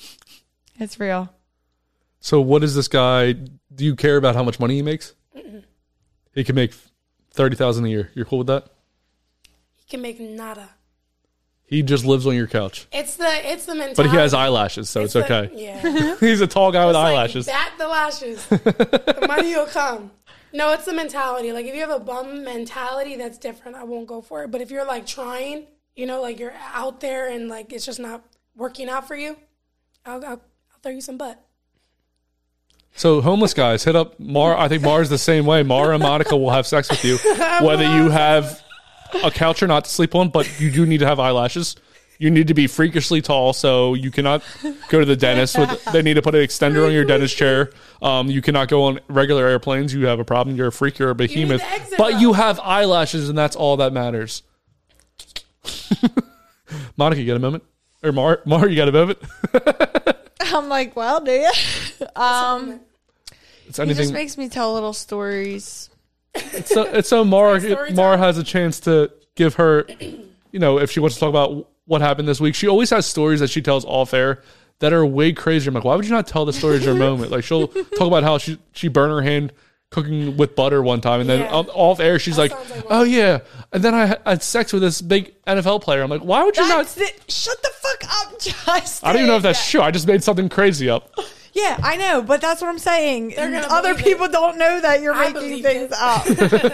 S4: It's real.
S1: So what is this guy? Do you care about how much money he makes? He can make thirty thousand a year. You're cool with that?
S2: He can make nada.
S1: He just lives on your couch,
S2: It's the it's the mentality.
S1: but he has eyelashes, so it's,
S2: the-
S1: okay.
S2: yeah,
S1: He's a tall guy with eyelashes.
S2: eyelashes. Bat the lashes. the money will come. No, it's the mentality. Like if you have a bum mentality, that's different. I won't go for it. But if you're like trying, you know, like you're out there and like it's just not working out for you, I'll, I'll, I'll throw you some butt.
S1: So homeless guys, hit up Mar. I think Mar's the same way. Mar and Monica will have sex with you, whether you have a couch or not to sleep on. But you do need to have eyelashes. You need to be freakishly tall, so you cannot go to the dentist. With they need to put an extender on your dentist chair. Um, you cannot go on regular airplanes. You have a problem. You're a freak. You're a behemoth.
S2: the eczema.
S1: But you have eyelashes, and that's all that matters. Monica, you got a moment? Or Mar, Mar, you got a moment?
S4: I'm like, well, do you? um,
S1: It's
S4: he just
S1: anything.
S4: makes me tell little stories.
S1: so it's so Mara
S2: story
S1: Mara
S2: time.
S1: has a chance to give her, you know, if she wants to talk about what happened this week. She always has stories that she tells off air that are way crazy. I'm like, why would you not tell the story as your moment? Like she'll talk about how she she burned her hand cooking with butter one time, and then
S2: Yeah.
S1: on- off air she's like, "Oh yeah," and then I had- had sex with this big NFL player. I'm like, "Why would you
S4: That's
S1: not?"
S4: it. Shut the fuck up, Justin.
S1: I don't even know if that's true. I just made something crazy up.
S4: Yeah, I know, but that's what I'm saying.
S2: gonna
S4: Other
S2: believe it.
S4: people don't know that you're
S2: I
S4: making
S2: believed
S4: things up.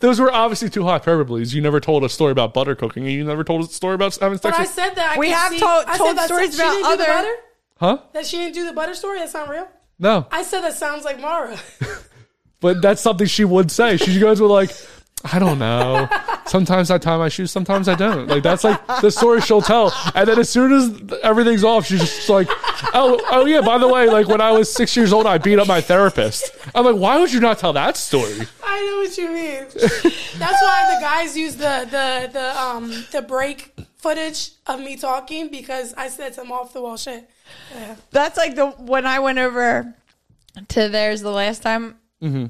S1: Those were obviously two hyperboles. You never told a story about butter cooking, and you never told a story about having
S2: But
S1: sex.
S2: I
S1: with-
S2: said that I
S4: We
S2: could
S4: have
S2: see-
S4: told-
S2: I said
S4: told
S2: that
S4: stories
S2: she didn't
S4: about
S2: do the
S4: other-
S2: butter?
S1: huh?
S2: that she didn't do the butter story. That's not real.
S1: No,
S2: I said that sounds like Mara.
S1: but that's something she would say. She goes with like, "I don't know." Sometimes I tie my shoes, sometimes I don't. Like that's like the story she'll tell, and then as soon as everything's off, she's just like, "Oh, oh yeah." By the way, like when I was six years old, I beat up my therapist. I'm like, why would you not tell that story?
S2: I know what you mean. That's why the guys use the the the um the break footage of me talking because I said some off the wall shit.
S4: That's like the when I went over to theirs the last time.
S1: Mm-hmm.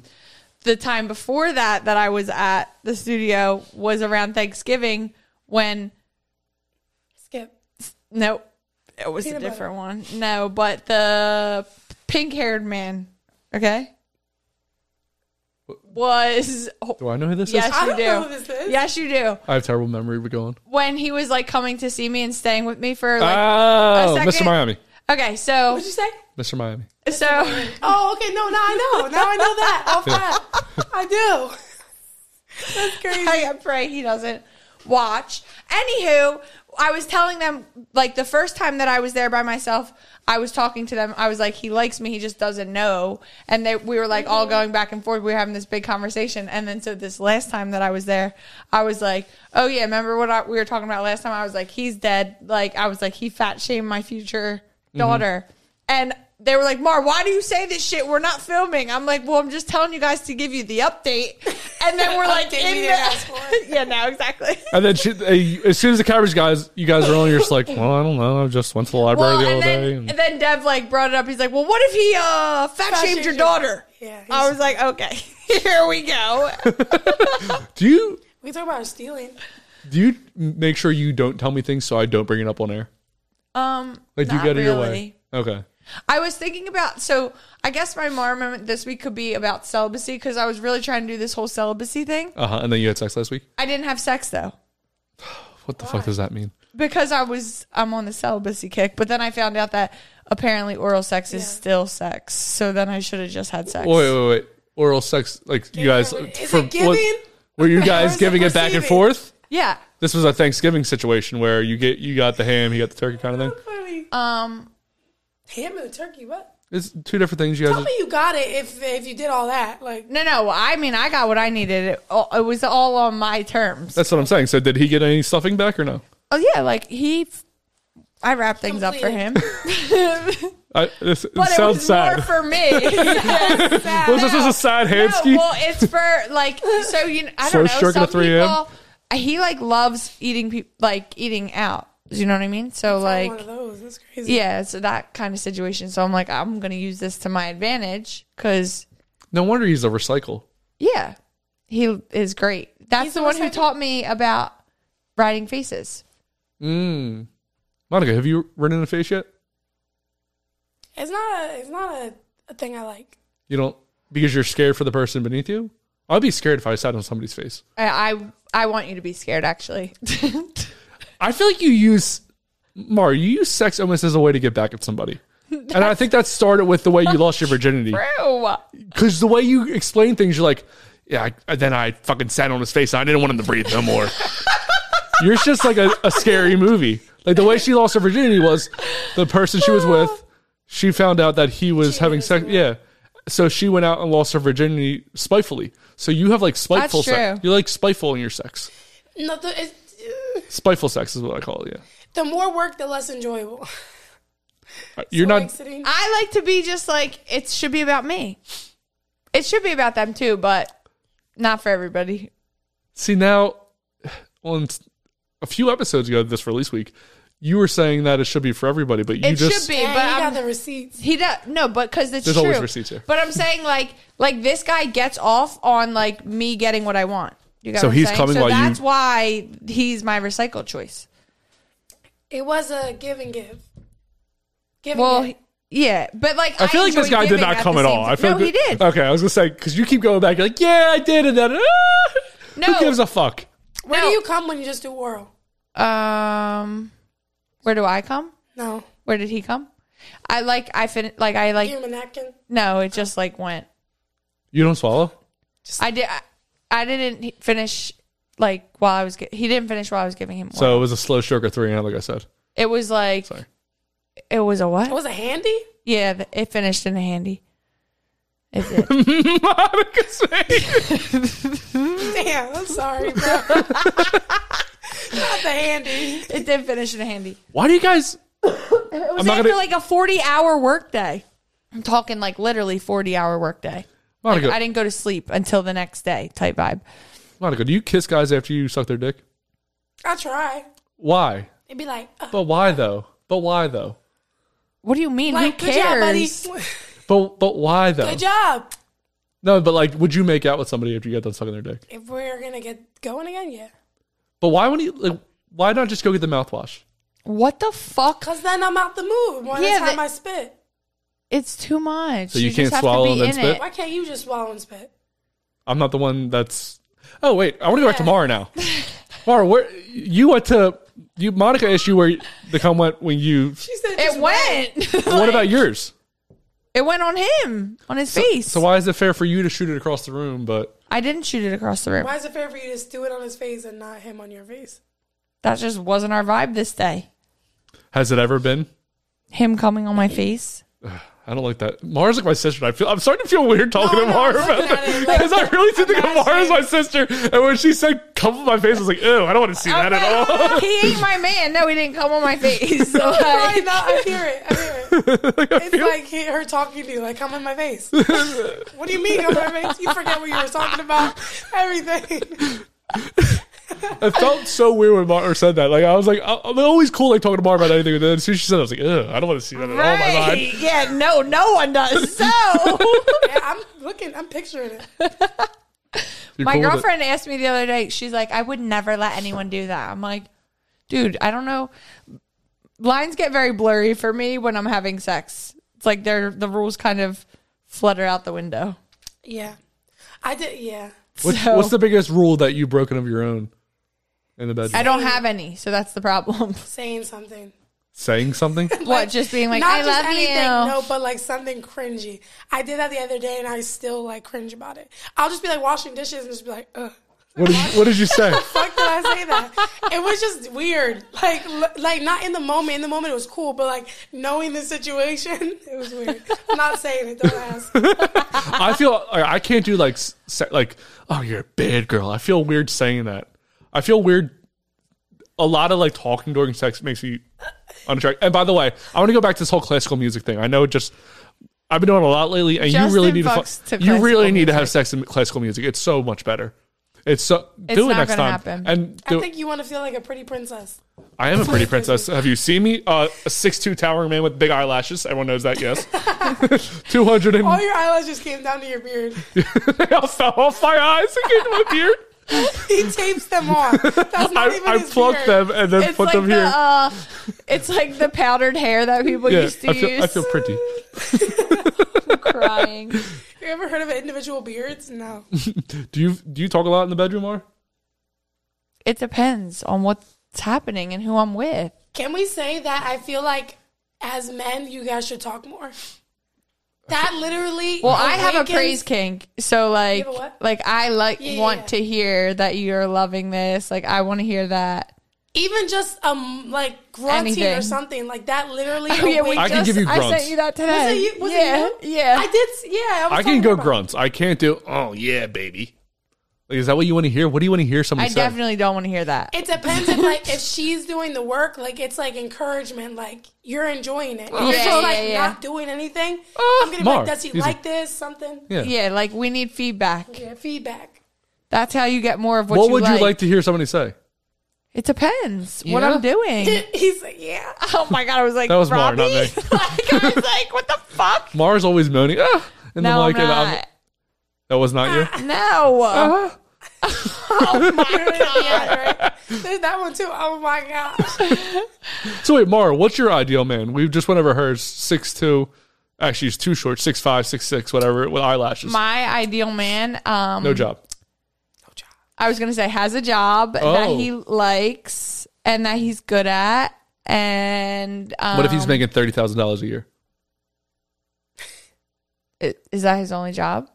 S4: The time before that that I was at the studio was around Thanksgiving when
S2: Skip.
S4: no, it was
S2: Peanut
S4: a
S2: butter.
S4: different one. No, but the pink haired man, okay, was oh,
S1: Do I know who this is?
S4: yes
S2: I
S4: you
S2: don't know who
S4: do
S2: this is.
S4: yes you do
S1: I have terrible memory. We're going.
S4: when he was like coming to see me and staying with me for like
S1: Oh,
S4: a
S1: Mr.
S4: second-
S1: Miami,
S4: okay so
S2: What'd you say?
S1: Mr. Miami.
S4: so.
S2: Oh, okay. No, now I know. Now I know that. Off that. I do. That's crazy.
S4: I pray he doesn't watch. Anywho, I was telling them like the first time that I was there by myself, I was talking to them. I was like, he likes me, he just doesn't know. And they, we were like all
S2: Mm-hmm.
S4: going back and forth. We were having this big conversation. And then so this last time that I was there, I was like, oh yeah, remember what I, we were talking about last time? I was like, he's dead. Like I was like, he fat shamed my future
S2: Mm-hmm.
S4: daughter. And they were like, Mar, why do you say this shit? We're not filming. I'm like, well, I'm just telling you guys to give you the update. And then we're like,
S2: Update
S4: in
S2: me
S4: the-
S2: to ask for it.
S4: yeah, no, exactly.
S1: And then she, they- as soon as the cameras guys, you guys are on, you're just like, well, I don't know. I just went to the library
S4: Well,
S1: the
S4: and
S1: other
S4: then,
S1: day.
S4: and
S1: and-
S4: then Dev like brought it up. He's like, "Well, what if he uh, fat shamed
S2: shamed
S4: your
S2: you.
S4: daughter?"
S2: Yeah, he's-
S4: I was like, "Okay, here we go."
S1: do you
S2: We talk about stealing.
S1: do you make sure you don't tell me things so I don't bring it up on air?
S4: um,
S1: Like you
S4: not
S1: get it your
S4: really.
S1: way. Okay.
S4: I was thinking about so I guess my Mara moment this week could be about celibacy because I was really trying to do this whole celibacy thing.
S1: Uh huh. And then you had sex last week.
S4: I didn't have sex though.
S1: What the fuck does that mean?
S4: because I was I'm on the celibacy kick, but then I found out that apparently oral sex is
S2: Yeah.
S4: still sex. So then I should have just had sex.
S1: Wait, wait, wait. Oral sex, like you guys.
S2: Is
S1: for
S2: it giving?
S1: were you
S2: Or is
S1: guys
S2: it
S1: giving it back and
S2: receiving?
S1: forth?
S4: Yeah.
S1: This was a Thanksgiving situation where you get you got the ham, you got the turkey kind of thing.
S2: Funny.
S4: Um
S2: Ham and turkey. What?
S1: It's two different things. You guys.
S2: Tell me you got it if if you did all that. Like
S4: no no, I mean I got what I needed. It, all- it was all on my terms.
S1: that's what I'm saying. So did he get any stuffing back or no?
S4: Oh yeah, like he I wrap things up for him.
S1: I, this, it
S4: But it
S1: sounds
S4: was
S1: sad.
S4: more for me. Yes, sad.
S1: was this just a sad hand
S4: No,
S1: ski?
S4: well, it's for like so you. Know, I
S1: So
S4: don't know.
S1: short at
S4: Some
S1: 3 a.m.
S4: people, he like loves eating peop like eating out. Do you know what I mean? So like,
S2: one of those. That's crazy.
S4: yeah, so that kind of situation. So I'm like, I'm gonna use this to my advantage because
S1: no wonder he's a recycle.
S4: yeah, he is great. That's
S2: He's
S4: the
S2: the
S4: one
S2: most
S4: who
S2: happy-
S4: taught me about writing faces.
S1: Mm. Monica, have you written a face yet?
S2: It's not a it's not a, a thing I like.
S1: You don't because you're scared for the person beneath you. I'd be scared if I sat on somebody's face.
S4: I I, I want you to be scared actually.
S1: I feel like you use Mar, you use sex almost as a way to get back at somebody. and I think that started with the way you lost your virginity.
S4: True.
S1: Because the way you explain things, you're like, yeah, I, and then I fucking sat on his face and I didn't want him to breathe no more. Yours just like a, a scary movie. Like the way she lost her virginity was the person she was with, she found out that he was having sex. Yeah. So she went out and lost her virginity spitefully. So you have like spiteful sex.
S4: true.
S1: You like spiteful in your sex.
S2: No, the, it's,
S1: Spiteful sex is what I call it, yeah.
S2: the more work, the less enjoyable.
S1: You're
S2: So,
S1: not
S2: like, sitting.
S4: I like to be just like it should be about me. It should be about them too, but not for everybody.
S1: See now, on s- a few episodes ago, this release week, you were saying that it should be for everybody, but you
S4: it
S1: just
S4: should be,
S2: Dang,
S4: but
S2: you
S4: I'm,
S2: got the receipts.
S4: he does no, but because it's
S1: There's
S4: true.
S1: always receipts here.
S4: But I'm saying like like this guy gets off on like me getting what I want. You got
S1: So
S4: what I'm
S1: he's
S4: saying?
S1: coming
S4: so
S1: while you-
S4: that's why he's my recycle choice.
S2: It was a give and give. Give
S4: Well,
S2: and give.
S4: Yeah, but like
S1: I feel like this
S4: enjoy
S1: guy did
S4: giving
S1: not come
S4: the
S1: at
S4: same
S1: all.
S4: time.
S1: I feel
S4: no,
S1: good- Uh,
S4: he did.
S1: Okay, I was gonna say because you keep going back. You're like, yeah, I did, and then ah,
S4: No.
S1: who gives a fuck?
S2: Where do you come when you just do oral?
S4: Um, where do I come?
S2: No.
S4: Where did he come? I like I fin like I like
S2: Give him a napkin.
S4: no. It just like went.
S1: You don't swallow.
S4: I did. I, I didn't finish like while I was. gi- He didn't finish while I was giving him.
S1: So it was a slow sugar three, and like I said,
S4: It was like. It was a what?
S2: It was a handy?
S4: yeah, th- it finished in a handy. It did.
S2: Damn, I'm sorry, bro. Not the handy.
S4: It did finish in a handy.
S1: why do you guys?
S4: It was
S1: I'm not
S4: after
S1: gonna-
S4: like a forty-hour workday. I'm talking like literally forty-hour workday.
S1: Not
S4: Like,
S1: good.
S4: I didn't go to sleep until the next day. Type vibe.
S1: Monica, do you kiss guys after you suck their dick?
S2: I try.
S1: Why?
S2: It'd be like, uh,
S1: But why though? But why though?
S4: What do you mean?
S2: like
S4: Who
S2: good job, buddy.
S4: cares?
S1: But but why though?
S2: Good job.
S1: No, but like, would you make out with somebody after you got done sucking their dick?
S2: If we're gonna get going again, yeah.
S1: But why wouldn't you? Like, why not just go get the mouthwash?
S4: What the fuck?
S2: Cause then I'm out the mood. One
S4: Yeah,
S2: time
S4: but-
S2: I spit.
S4: It's too much.
S1: So you can't swallow and then spit?
S2: Why can't you just swallow and spit?
S1: I'm not the one that's. Oh wait, I want to go back to Mara now. Mara, where you went to? You Monica asked you where the cum went when you.
S2: She said
S4: It went.
S1: What about yours?
S4: It went on him, on his face.
S1: So why is it fair for you to shoot it across the room? But
S4: I didn't shoot it across the room.
S2: Why is it fair for you to just do it on his face and not him on your face?
S4: That just wasn't our vibe this day.
S1: has it ever been?
S4: Him coming on my face.
S1: I don't like that. Mara's like my sister. and I feel I'm starting to feel weird talking to Mara about that because I really did think of Mara as my sister. And when she said "come on my face," I was like, "Ew, I don't want to see that at all."
S4: he ain't my man. No, he didn't come on my face. So
S2: I
S4: like,
S2: know. I hear it. I hear it. It's like her talking to you, like, come in my face. what do you mean, come in my face? You forget what you were talking about. Everything.
S1: It felt so weird when Mara said that. Like I was like, I- I'm always cool like talking to Mara about anything. And then as soon as she said, it, I was like, "Ew, I don't want to see that at all." in Oh My mind.
S4: right? Yeah, no, no one does. So
S2: Yeah, I'm looking. I'm picturing it.
S1: You're
S4: my
S1: cool with it?
S4: girlfriend asked me the other day. She's like, I would never let anyone do that. I'm like, dude, I don't know. Lines get very blurry for me when I'm having sex. It's like they're the rules kind of flutter out the window.
S2: Yeah, I did. Yeah,
S1: What's,
S4: So-
S1: what's the biggest rule that you've broken of your own in the bedroom?
S4: I don't have any, so that's the problem.
S2: saying something.
S1: Saying something?
S4: what? Just being like,
S2: Not
S4: I
S2: just
S4: love
S2: anything,
S4: you.
S2: no, but like something cringy. I did that the other day, and I still like cringe about it. I'll just be like washing dishes and just be like, ugh.
S1: what, did you, what did you say?
S2: fuck did I say that? It was just weird. Like, l- like not in the moment. In the moment, it was cool, but like knowing the situation, it was weird. I'm not saying it. Don't ask.
S1: I feel I I can't do like s- se- like oh you're a bad girl. I feel weird saying that. I feel weird. A lot of like talking during sex makes me unattractive. And by the way, I want to go back to this whole classical music thing. I know it just I've been doing a lot lately, and
S4: Justin
S1: you really need to,
S4: fucks
S1: fu-
S4: to
S1: you really
S4: classical
S1: need to have
S4: music.
S1: sex in classical music. It's so much better. It's so
S4: It's
S1: do it
S4: not
S1: next
S4: gonna
S1: time.
S4: happen.
S1: And
S2: I
S1: do,
S2: think you want to feel like a pretty princess.
S1: I am a pretty princess. Have you seen me? Uh, a six-two towering man with big eyelashes. Everyone knows that. Yes, two hundred and
S2: All your eyelashes came down to your beard.
S1: they all fell off my eyes and came to my beard.
S2: He tapes them on. That's not
S1: I,
S2: even
S1: I
S2: his
S1: plucked
S2: beard.
S1: them and then
S4: It's
S1: put
S4: like
S1: them
S4: the
S1: here.
S4: uh, it's like the powdered hair that people
S1: yeah,
S4: used to
S1: I feel,
S4: use.
S1: I feel pretty.
S4: crying.
S2: You ever heard of individual beards? No.
S1: Do you do you talk a lot in the bedroom, or
S4: It depends on what's happening and who I'm with.
S2: Can we say that I feel like as men, you guys should talk more? That literally.
S4: Well, I have a
S2: awakens-
S4: praise kink, so like,
S2: have a what?
S4: like I like
S2: Yeah, yeah,
S4: want
S2: yeah.
S4: to hear that you're loving this. Like I want to hear that.
S2: Even just um like grunting or
S4: Anything.
S2: something like that. Literally.
S4: Oh yeah, we
S2: awakens-
S1: I can give you
S4: I
S1: grunts.
S4: sent you that today.
S2: Was it you? Was
S4: yeah,
S2: it you?
S4: yeah.
S2: I did. s- Yeah, was
S1: I can
S2: talking
S1: go
S2: about-
S1: grunts. I can't do. Oh yeah, baby. Like, is that what you want to hear? What do you want to hear?
S4: I
S1: Somebody say?
S4: definitely don't want to hear that.
S2: It depends if like if she's doing the work, like it's like encouragement, like you're enjoying it. If you're
S4: yeah,
S2: just like
S4: yeah, yeah.
S2: not doing anything,
S1: Oh,
S2: I'm gonna be
S1: Mar,
S2: like, does he
S1: easy.
S2: like this? Something.
S1: yeah.
S4: yeah, like we need feedback.
S2: Yeah, feedback.
S4: That's how you get more of what,
S1: What
S4: you
S1: would
S4: like.
S1: you like to hear somebody say?
S4: It depends what
S1: Yeah?
S4: I'm doing.
S2: He's like, yeah.
S4: oh my god, I was like,
S1: That was Mar,
S4: Robbie?
S1: not me.
S4: like I was like, what the fuck?
S1: Mara's always moaning. Ah, and
S4: No,
S1: then like
S4: I'm
S1: and
S4: not.
S1: I'm-
S4: Uh-huh.
S1: that was not you.
S4: No.
S1: Ah.
S4: oh my god.
S2: Yeah, right. There's that one too. Oh my gosh.
S1: So wait, Mara, what's your ideal man? We just went over hers six two. Actually, she's too short, six five, six six, whatever, with eyelashes.
S4: My ideal man. Um,
S1: no job.
S4: I was gonna say has a job that
S1: Oh.
S4: he likes and that he's good at. And um,
S1: What if he's making thirty thousand dollars a year?
S4: i- Is that his only job?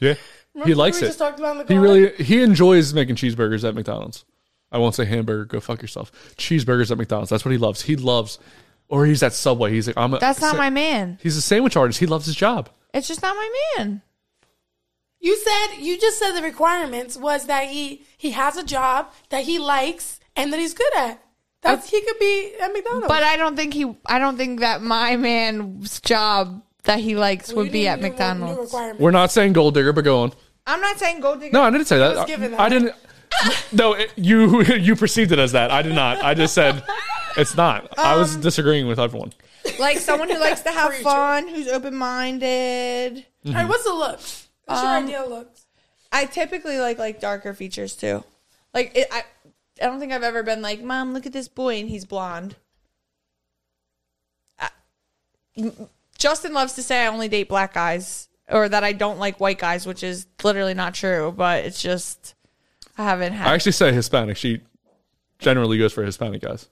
S1: Yeah, he
S4: Remember
S1: likes
S4: we
S1: it.
S4: just talked about in the
S1: He really he enjoys making cheeseburgers at McDonald's. I won't say hamburger. Go fuck yourself. Cheeseburgers at McDonald's. That's what he loves. He loves, or he's at Subway. He's like, I'm. A,
S4: That's not
S1: sa-
S4: my man.
S1: He's a sandwich artist. He loves his job.
S4: It's just not my man.
S2: You said you just said the requirements was that he he has a job that he likes and that he's good at. That's he could be at McDonald's.
S4: But I don't think he. I don't think that my man's job that he likes would be at McDonald's.
S1: We're not saying gold digger, but go on.
S4: I'm not saying gold digger.
S1: No, I didn't say that.
S4: I was given that.
S1: I didn't. no, it, you you perceived it as that. I did not. I just said it's not. I
S4: Um,
S1: was disagreeing with everyone.
S4: like someone who likes to have fun, who's open minded.
S1: All right,
S2: what's the look? What's
S4: your
S2: ideal look?
S4: I typically like like darker features too. Like it, I, I don't think I've ever been like, mom, look at this boy and he's blonde. I- M- Justin loves to say I only date black guys or that I don't like white guys, which is literally not true. But it's just I haven't had.
S1: I actually say Hispanic. She generally goes for Hispanic guys.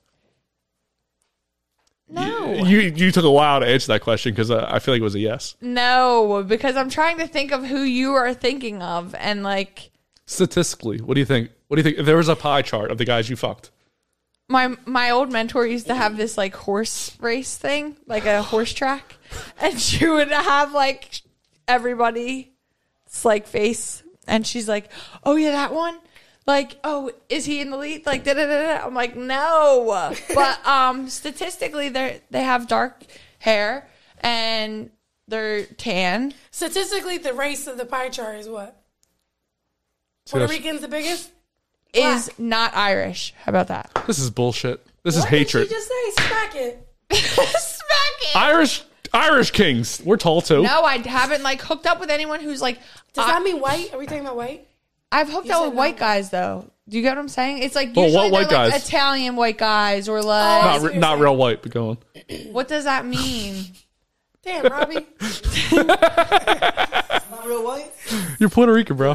S4: no.
S1: You you took a while to answer that question because I, I feel like it was a yes.
S4: No, because I'm trying to think of who you are thinking of, and like
S1: Statistically, what do you think? What do you think? If there was a pie chart of the guys you fucked,
S4: my my old mentor used to have this like horse race thing, like a horse track, and she would have like everybody, it's like face, and she's like, "Oh yeah, that one." Like, oh, is he in the lead? Like, da da da da. I'm like, no. But um, statistically, they they have dark hair and they're tan.
S2: Statistically, the race of the pie chart is what?
S1: See,
S2: Puerto
S1: that's-
S2: Rican's the biggest?
S4: Is not Irish. How about that?
S1: this is bullshit. This is
S2: What did
S1: hatred.
S2: she just say? Smack it.
S1: Irish Irish kings. We're tall too.
S4: No, I haven't like hooked up with anyone who's like.
S2: Does that mean white? Are we talking about white?
S4: I've hooked up with white guys though. Do you get what I'm saying? It's like
S1: Well,
S4: usually
S1: what white
S4: they're like
S1: guys?
S4: Italian white guys or like.
S1: Not re- not real white, but go on.
S4: what does that mean?
S2: Damn, Robbie.
S4: Not real white.
S1: You're Puerto Rican, bro.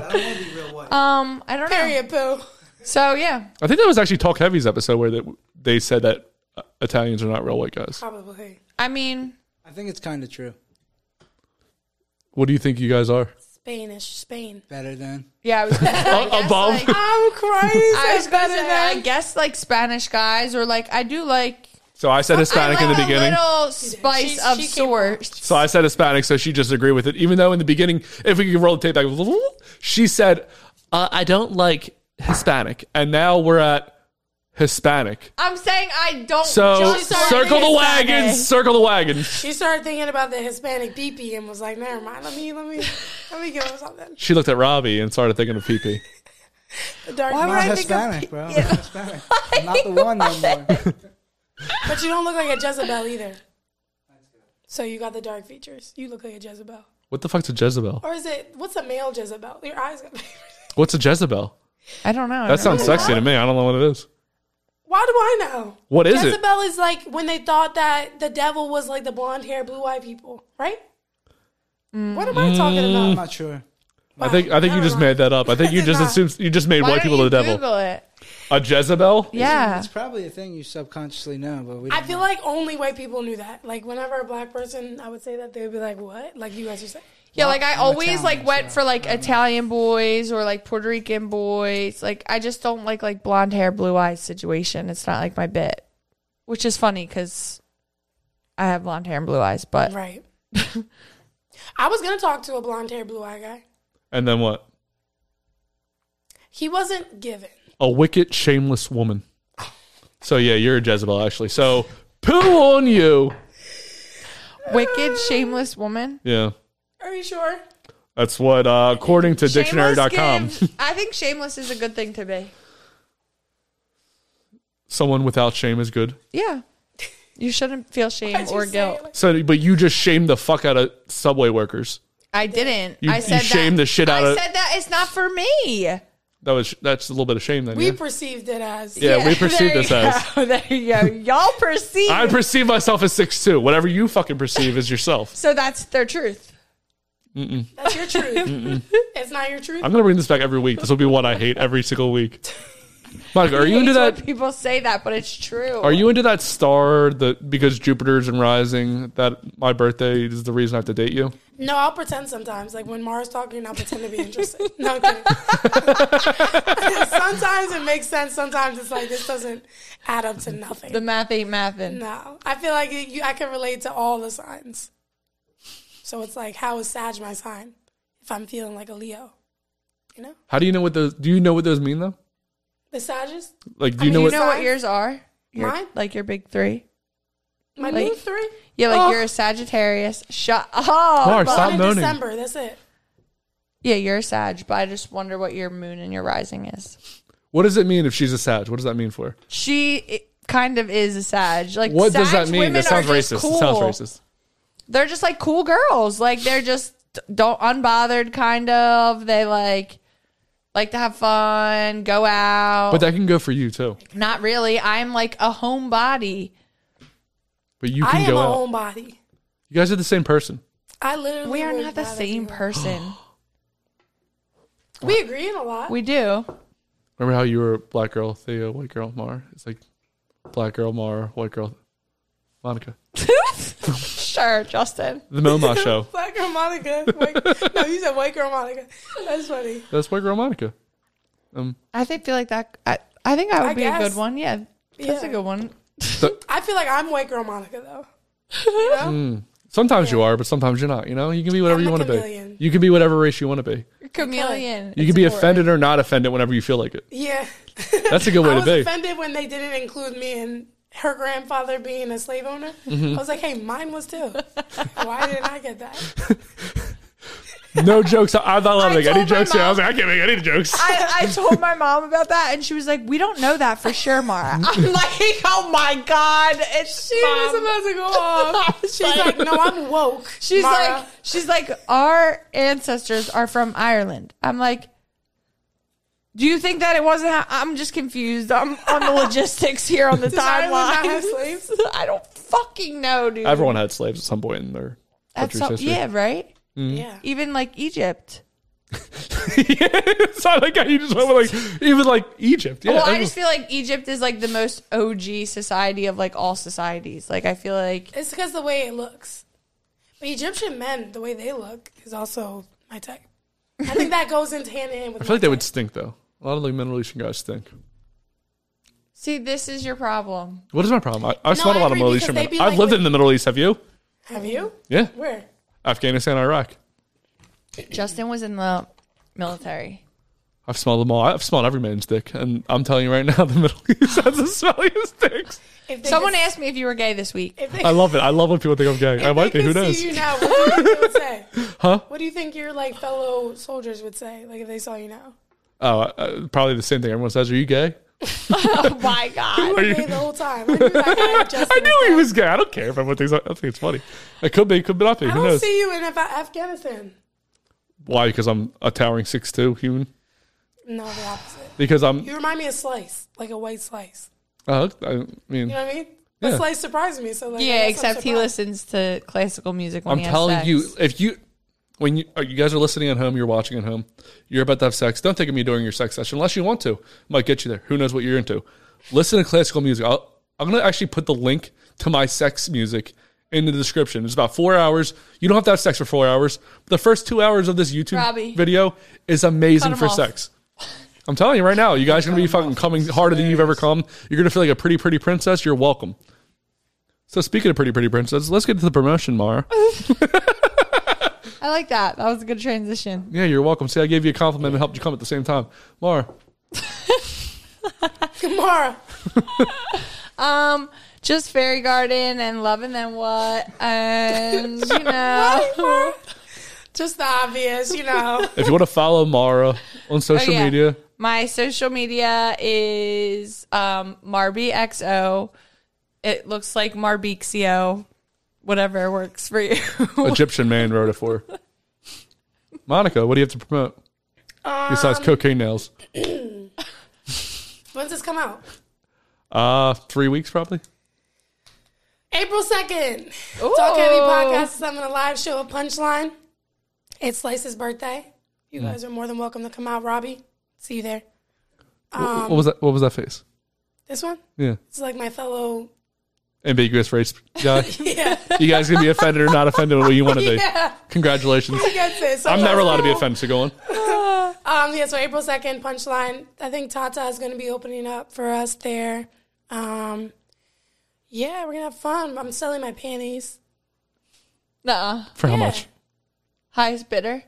S4: Um, I don't know.
S2: Period,
S4: poo. So yeah,
S1: I think that was actually Talk Heavy's episode where they, they said that uh, Italians are not real white guys.
S2: Probably.
S4: I mean,
S10: I think it's kind of true.
S1: What do you think you guys are?
S2: Spanish, Spain.
S10: Better than.
S4: yeah. I was gonna say, I guess,
S1: Above?
S4: like-
S2: I'm crying.
S4: I was
S2: Say
S4: gonna
S2: better
S4: say,
S2: than.
S4: I guess like Spanish guys or like I do like
S1: So I said Hispanic
S4: I
S1: in
S4: like
S1: the beginning.
S4: a little spice
S2: She-
S4: of
S2: she came
S4: sorts.
S1: So I said Hispanic, so she just agreed with it. Even though in the beginning, if we could roll the tape back, she said, uh, "I don't like Hispanic," and now we're at Hispanic.
S4: I'm saying I don't.
S1: So
S4: just like
S1: circle the
S4: Uh, Hispanic.
S1: wagons, circle the wagons.
S2: She started thinking about the Hispanic PP and was like, never mind. Let me, let me, let me give him something.
S1: She looked at Robbie and started thinking of PP.
S2: The dark
S10: I'm
S2: mind.
S10: not Hispanic, bro. I'm not Hispanic. I'm not the one no more.
S2: But you don't look like a Jezebel either. So you got the dark features. You look like a Jezebel.
S1: What the fuck's a Jezebel?
S2: Or is it, what's a male Jezebel? Your eyes got
S1: What's a Jezebel?
S4: I don't know.
S1: That
S4: I don't know.
S1: sounds sexy to me. I don't know what it is.
S2: Why do I know?
S1: What is it?
S2: Jezebel is like when they thought that the devil was like the blonde hair, blue eye people, right? What am I talking
S10: I'm
S1: Mm.
S2: about?
S10: not sure.
S1: I think I think you
S2: Never
S1: just
S2: mind.
S1: made that up. I think you
S2: did
S1: just
S2: not.
S1: assumed you just made
S4: Why
S1: white
S4: don't
S1: people
S4: you
S1: the devil.
S4: Google it.
S1: A Jezebel?
S4: Yeah.
S10: It's probably a thing you subconsciously know, but we don't
S2: I feel like only white people knew that. Like whenever a black person, I would say that they would be like, "What?" Like you guys are saying.
S4: Yeah, like I
S10: I'm
S4: always
S10: Italian,
S4: like went for like Italian boys or like Puerto Rican boys. Like I just don't like like blonde hair, blue eyes situation. It's not like my bit, which is funny because I have blonde hair and blue eyes. But
S2: Right. I was gonna talk to a blonde hair, blue eye guy.
S1: And then what?
S2: He wasn't given.
S1: A wicked, shameless woman. So yeah, you're a Jezebel actually. So poo on you.
S4: wicked, shameless woman.
S1: Yeah.
S2: Are you sure?
S1: That's what uh, according to dictionary.com.
S4: Shameless gives- I think shameless is a good thing to be.
S1: Someone without shame is good.
S4: Yeah, you shouldn't feel shame
S2: Why'd you
S4: or
S2: say it
S4: guilt.
S2: like-
S1: So but you just shamed the fuck out of subway workers.
S4: I didn't.
S1: You-
S4: I
S1: you
S4: said that.
S1: shamed the shit out
S4: I
S1: of-
S4: said that it's not for me.
S1: That was that's a little bit of shame then.
S2: We
S1: yeah?
S2: perceived it as.
S1: Yeah, we perceived
S4: there
S1: this
S4: you
S1: as.
S4: go, There you go. Y'all perceive.
S1: I perceive myself as six two. Whatever you fucking perceive is yourself.
S4: so that's their truth.
S2: That's your truth. it's not your truth.
S1: I'm gonna bring this back every week. This will be one I hate every single week. Monica, are you into
S4: Hates when
S1: that?
S4: People say that, but it's true.
S1: Are you into that star that because Jupiter's in rising that my birthday is the reason I have to date you?
S2: No, I'll pretend sometimes. Like when Mara's talking, I'll pretend to be interested. No, I'm kidding. sometimes it makes sense. Sometimes it's like this doesn't add up to nothing.
S4: the math ain't mathing?
S2: no, I feel like it, you, I can relate to all the signs. So it's like, how is Sag my sign? If I'm feeling like a Leo, you know,
S1: How do you know what those? Do you know what those mean though?
S2: the Sages,
S1: Like, do
S2: I
S1: you
S2: mean,
S1: know
S2: you
S1: what?
S4: You know what
S2: Sign?
S4: yours are? Your-
S2: Mine?
S4: Like your big three.
S2: my
S4: Like-
S2: new three.
S4: Yeah, like
S1: Oh.
S4: you're a Sagittarius. Shut up.
S1: Mars. Stop
S2: Born in
S1: moaning.
S2: December. That's it.
S4: Yeah, you're a Sag, but I just wonder what your moon and your rising is.
S1: what does it mean if she's a Sag? What does that mean for? her?
S4: She i kind of is a Sag. Like
S1: What does
S4: Sag
S1: that mean?
S4: women
S1: That sounds
S4: are just
S1: racist.
S4: Cool.
S1: It sounds racist.
S4: They're just like cool girls. Like they're just don't unbothered. Kind of. They like like to have fun, go out.
S1: But that can go for you too.
S4: Not really. I'm like a homebody.
S1: But you
S2: I
S1: can
S2: am
S1: go
S2: a
S1: out.
S2: homebody.
S1: You guys are the same person.
S2: I literally
S4: We are
S2: would
S4: not the
S2: rather
S4: same
S2: be-
S4: person.
S2: We agree in a lot.
S4: We do.
S1: Remember how you were black girl Thea, white girl Mar? It's like black girl Mar, white girl Monica.
S4: Sure, Justin.
S1: The MoMA show.
S2: Black girl Monica. White, no, you said white girl Monica. That's funny.
S1: That's white girl Monica. Um,
S4: I think feel like that. I, I think I would
S2: I
S4: be a
S2: guess.
S4: good one. Yeah, that's
S2: Yeah.
S4: a good one.
S2: I feel like I'm white girl Monica though.
S1: Hmm. Sometimes you are, but sometimes you're not. You know, you can be whatever
S2: I'm
S1: you
S2: a
S1: want to be.
S2: chameleon.
S1: You can be whatever race you want to be.
S4: Chameleon.
S1: You can be offended or not offended whenever you feel like it.
S2: Yeah.
S1: That's a good way
S2: I
S1: to
S2: was
S1: be.
S2: offended when they didn't include me in her grandfather being a slave owner.
S1: Mm-hmm.
S2: I was like, hey, mine was too. Why didn't I get that?
S1: No jokes. I'm not allowed to
S4: I
S1: make any
S4: told my
S1: jokes here. I
S4: mom-
S1: was like, I can't make any jokes.
S4: I, I told my mom about that, and she was like, "We don't know that for sure, Mara." I'm like, "Oh my god!" It's she
S2: I was about to go off. Um, She's like, no, I'm woke.
S4: She's
S2: Mara.
S4: like, she's like, our ancestors are from Ireland. I'm like, do you think that it wasn't? How, I'm just confused. I'm on the logistics here on the
S2: Does Ireland not have
S4: timeline.
S2: slaves?
S4: I don't fucking know, dude.
S1: Everyone had slaves at some point in their
S4: That's
S1: country's
S4: so-
S1: history.
S4: yeah, right.
S2: Yeah.
S4: Even like Egypt.
S1: it's not like you just went with like even like Egypt. Yeah,
S4: well, I
S1: everyone-
S4: just feel like Egypt is like the most OG society of like all societies. Like I feel like
S2: It's because the way it looks. But Egyptian men, the way they look, is also my type. I think that goes into hand in hand with.
S1: I feel like they would stink though. A lot of the Middle Eastern guys stink.
S4: see this is your problem.
S1: What is my problem? I, I've
S2: No,
S1: smelled a
S2: I
S1: lot of
S2: agree,
S1: Middle
S2: because
S1: Eastern
S2: they
S1: men.
S2: be
S1: I've
S2: like
S1: lived
S2: with-
S1: in the Middle East. Have you?
S2: Have you?
S1: Yeah.
S2: Where?
S1: Afghanistan, Iraq.
S4: Justin was in the military.
S1: I've smelled them all. I've smelled every man's dick, and I'm telling you right now, the Middle East has the smelliest dicks.
S2: If they
S4: Someone
S2: could-
S4: asked me if you were gay this week.
S2: If they,
S1: I love it. I love when people think I'm gay. I
S2: if
S1: might
S2: they
S1: be. Who
S2: could
S1: knows?
S2: See you now, what do you think they would say? Huh? What do you think your like fellow soldiers would say? Like if they saw you now,
S1: Oh, uh, probably the same thing. Everyone says, "Are you gay?"
S4: oh my god.
S2: Were
S1: you-
S2: they the whole time. Like, you're like, I, am
S1: I
S2: Justin
S1: knew he
S2: Bieber.
S1: was gay. I don't care if everyone thinks. I think it's funny. It could be. Could not be.
S2: I
S1: Who
S2: don't
S1: knows?
S2: see you in Af- Afghanistan.
S1: Why? Because I'm a towering six two human.
S2: No, the opposite.
S1: Because I'm.
S2: You remind me of Slice, like a white slice.
S1: Uh, I mean,
S2: You know what I mean? But
S1: Yeah.
S2: Slice surprised me. So like, I
S4: Yeah,
S2: guess I'm
S4: except he
S2: surprised.
S4: listens to classical music when
S1: I'm
S4: he has
S1: telling
S4: sex.
S1: you, if you when you, uh, you guys are listening at home, you're watching at home, you're about to have sex. Don't think of me during your sex session unless you want to. Might get you there. Who knows what you're into? Listen to classical music. I'll, I'm gonna actually put the link to my sex music in the description. It's about four hours. You don't have to have sex for four hours. The first two hours of this YouTube
S4: Robbie.
S1: video is amazing
S4: Cut 'em
S1: for
S4: off.
S1: sex. I'm telling you right now, you guys are gonna be fucking coming harder than you've ever come. You're gonna feel like a pretty, pretty princess. You're welcome. So speaking of pretty, pretty princess, let's get to the promotion, Mara.
S4: I like that. That was a good transition.
S1: Yeah, you're welcome. See, I gave you a compliment and helped you come at the same time. Mara,
S2: Kamara.
S4: Um, just fairy garden and loving them what and you know
S2: Just the obvious, you know.
S1: if you want to follow Mara
S2: Oh,
S1: on social
S4: yeah.
S1: media,
S4: my social media is um MarbyXO. It looks like Marbixio, whatever works for you.
S1: Egyptian man wrote it for. her. Monica, what do you have to promote?
S2: Uh, Um,
S1: Besides cocaine nails.
S2: When's this come out?
S1: Uh, three weeks probably.
S2: April 2nd.
S4: Ooh.
S2: Talk Heavy Podcast is having a live show at Punchline. It's Slice's birthday. You guys are more than welcome to come out, Robbie. See you there.
S1: Wh-
S2: Um,
S1: what was that? What was that face?
S2: This one?
S1: Yeah,
S2: It's like my fellow.
S1: ambiguous race guy.
S2: Yeah.
S1: you guys gonna be offended or not offended? What you want to
S2: Yeah.
S1: be? Congratulations.
S2: I guess it's-
S1: I'm never allowed to be offended. So go on.
S2: Um, yeah, so April 2nd, Punchline. I think Tata is going to be opening up for us there. Um, yeah, we're going to have fun. I'm selling my panties.
S4: Nuh-uh.
S1: For how
S2: Yeah.
S1: much?
S4: Highest bidder.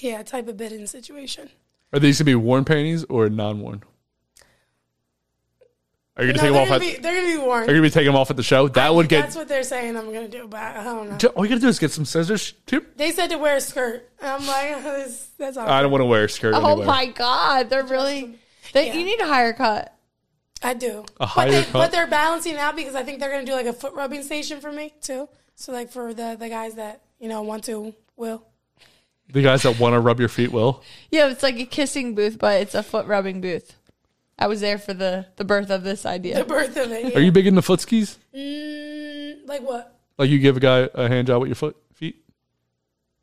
S2: Yeah, type of bidding situation.
S1: Are these gonna be worn panties or non-worn? Are you gonna
S2: No,
S1: take
S2: they're
S1: them off?
S2: gonna
S1: At,
S2: be- they're going to be
S1: are
S2: worn.
S1: you gonna be taking them off at the show? That would get.
S2: That's what they're saying I'm going to do, but I don't know.
S1: All you gotta do is get some scissors. too.
S2: They said to wear a skirt. I'm like, that's, that's all.
S1: I don't want to wear a skirt
S4: Oh
S1: anyway.
S4: my god, they're really. They, You need a higher cut.
S2: I do.
S1: A
S2: But,
S1: higher
S2: they,
S1: cut.
S2: but they're balancing it out because I think they're going to do like a foot rubbing station for me too. So like for the, the guys that, you know, want to, will.
S1: the guys that want to rub your feet will.
S4: Yeah, it's like a kissing booth, but it's a foot rubbing booth. I was there for the the birth of this idea.
S2: The birth of it.
S1: Are you big into footskis?
S2: Mm, like what?
S1: Like you give a guy a hand job with your foot, feet,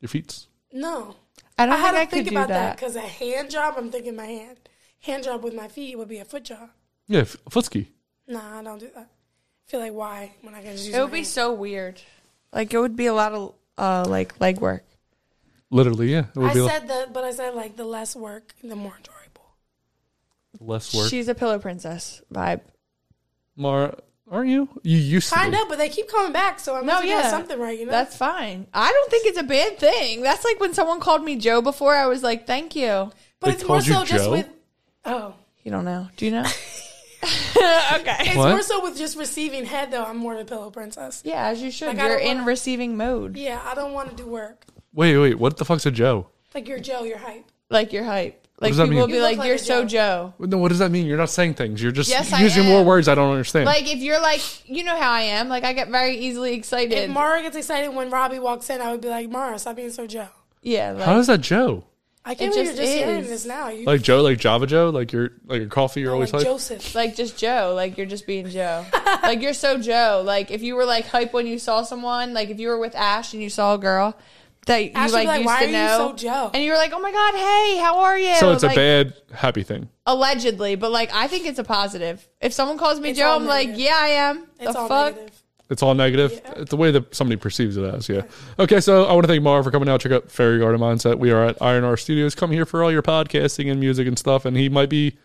S1: your feet.
S2: No.
S4: I don't
S2: I had
S4: think
S2: to
S4: I could
S2: think
S4: do
S2: about that
S4: that.
S2: because a hand job, I'm thinking my hand. Hand job with my feet would be a foot job.
S1: Yeah, f- footski.
S2: Nah, I don't do that. I feel like why when I can just use
S4: It
S2: my
S4: would be
S2: hand?
S4: so weird. Like it would be a lot of uh like leg work.
S1: Literally, yeah. It would
S2: I
S1: be
S2: said that, but I said like the less work, the more enjoyable.
S1: less work.
S4: She's a pillow princess vibe.
S1: Mara, aren't you? You used to.
S2: Kind
S1: be.
S2: of, but they keep coming back, so I'm
S4: No,
S2: doing
S4: yeah.
S2: something right, you know.
S4: That's fine. I don't think it's a bad thing. That's like when someone called me Joe before. I was like, "Thank you."
S2: but
S1: They
S2: it's more
S1: called you
S2: so just
S1: Joe?
S2: with oh,
S4: You don't know? Do you know?
S2: it's
S1: What?
S2: more so with just receiving head though. I'm more the pillow princess.
S4: yeah, as you should.
S2: Like, I
S4: You're
S2: don't
S4: in
S2: wanna-
S4: receiving mode.
S2: Yeah, I don't want to do work.
S1: Wait, wait. What the fuck's a Joe?
S2: Like you're Joe, you're hype.
S4: Like you're hype. Like
S1: does that
S4: people
S1: mean?
S4: will be
S2: You look
S4: like,
S2: like
S4: "You're
S2: a
S4: so
S2: Joe."
S4: Joe."
S1: No, what does that mean? You're not saying things. You're just
S4: Yes, I
S1: using more
S4: am.
S1: words I don't understand.
S4: Like if you're like, you know how I am. Like I get very easily excited.
S2: If Mara gets excited when Robbie walks in, I would be like, Mara, stop being so Joe.
S4: yeah. Like,
S1: How is that Joe?
S2: I can't
S4: It
S2: believe you're
S4: just
S2: just hearing
S4: is.
S2: this now. You
S1: Like Joe, like Java Joe, like your like your coffee. You're always
S2: like
S1: like,
S2: Joseph.
S4: Oh, like just Joe. Like you're just being Joe. like you're so Joe. Like if you were like hype when you saw someone. Like if you were with Ash and you saw a girl that you
S2: Ash would
S4: like,
S2: be like,
S4: used
S2: "Why
S4: to
S2: are you
S4: know,
S2: so Joe?"
S4: and you were like, oh my god, hey, how are you?
S1: so it's
S4: like,
S1: a bad happy thing.
S4: allegedly, but like I think it's a positive. If someone calls me
S2: It's
S4: Joe,
S2: all
S4: I'm like,
S2: negative.
S4: yeah, I am.
S2: It's
S4: the
S2: all
S4: fuck.
S2: negative.
S1: It's all negative. It's the way that somebody perceives it as, yeah. Okay, so I want to thank Mara for coming out. Check out Fairy Garden Mindset. We are at Iron R Studios. Come here for all your podcasting and music and stuff. And he might be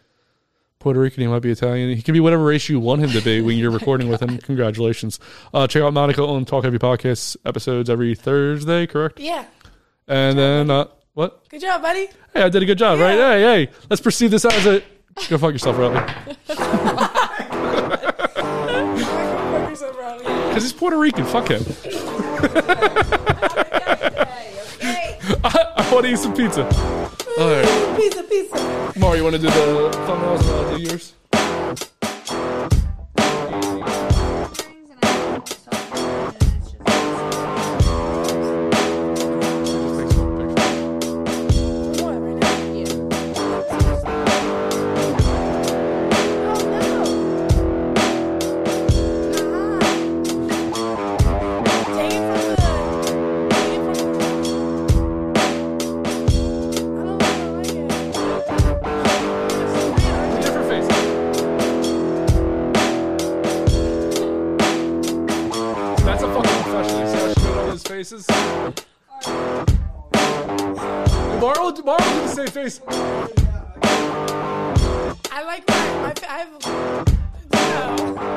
S1: Puerto Rican, he might be Italian. He can be whatever race you want him to be when you're recording with him. Congratulations. Uh, check out Monica on Talk Heavy Podcast episodes every Thursday, correct?
S2: Yeah.
S1: And then, uh, what?
S2: Good job, buddy.
S1: Hey, I did a good job, right?
S2: Yeah.
S1: Hey, hey, let's perceive this as a. Go fuck yourself, Riley.
S2: Fuck yourself, Robbie.
S1: Because he's Puerto Rican. Fuck him. I, want to eat some pizza. All right.
S2: Pizza, pizza.
S1: Mar, you want to do the thumbnails and I'll do yours?
S2: Oh, Take it from the- take it from the- I don't know, I like it.
S1: Different faces. That's a fucking professional. You see how she put all those faces? Mar will, Mar will do the same face.
S2: I like my, my fa- I have. No.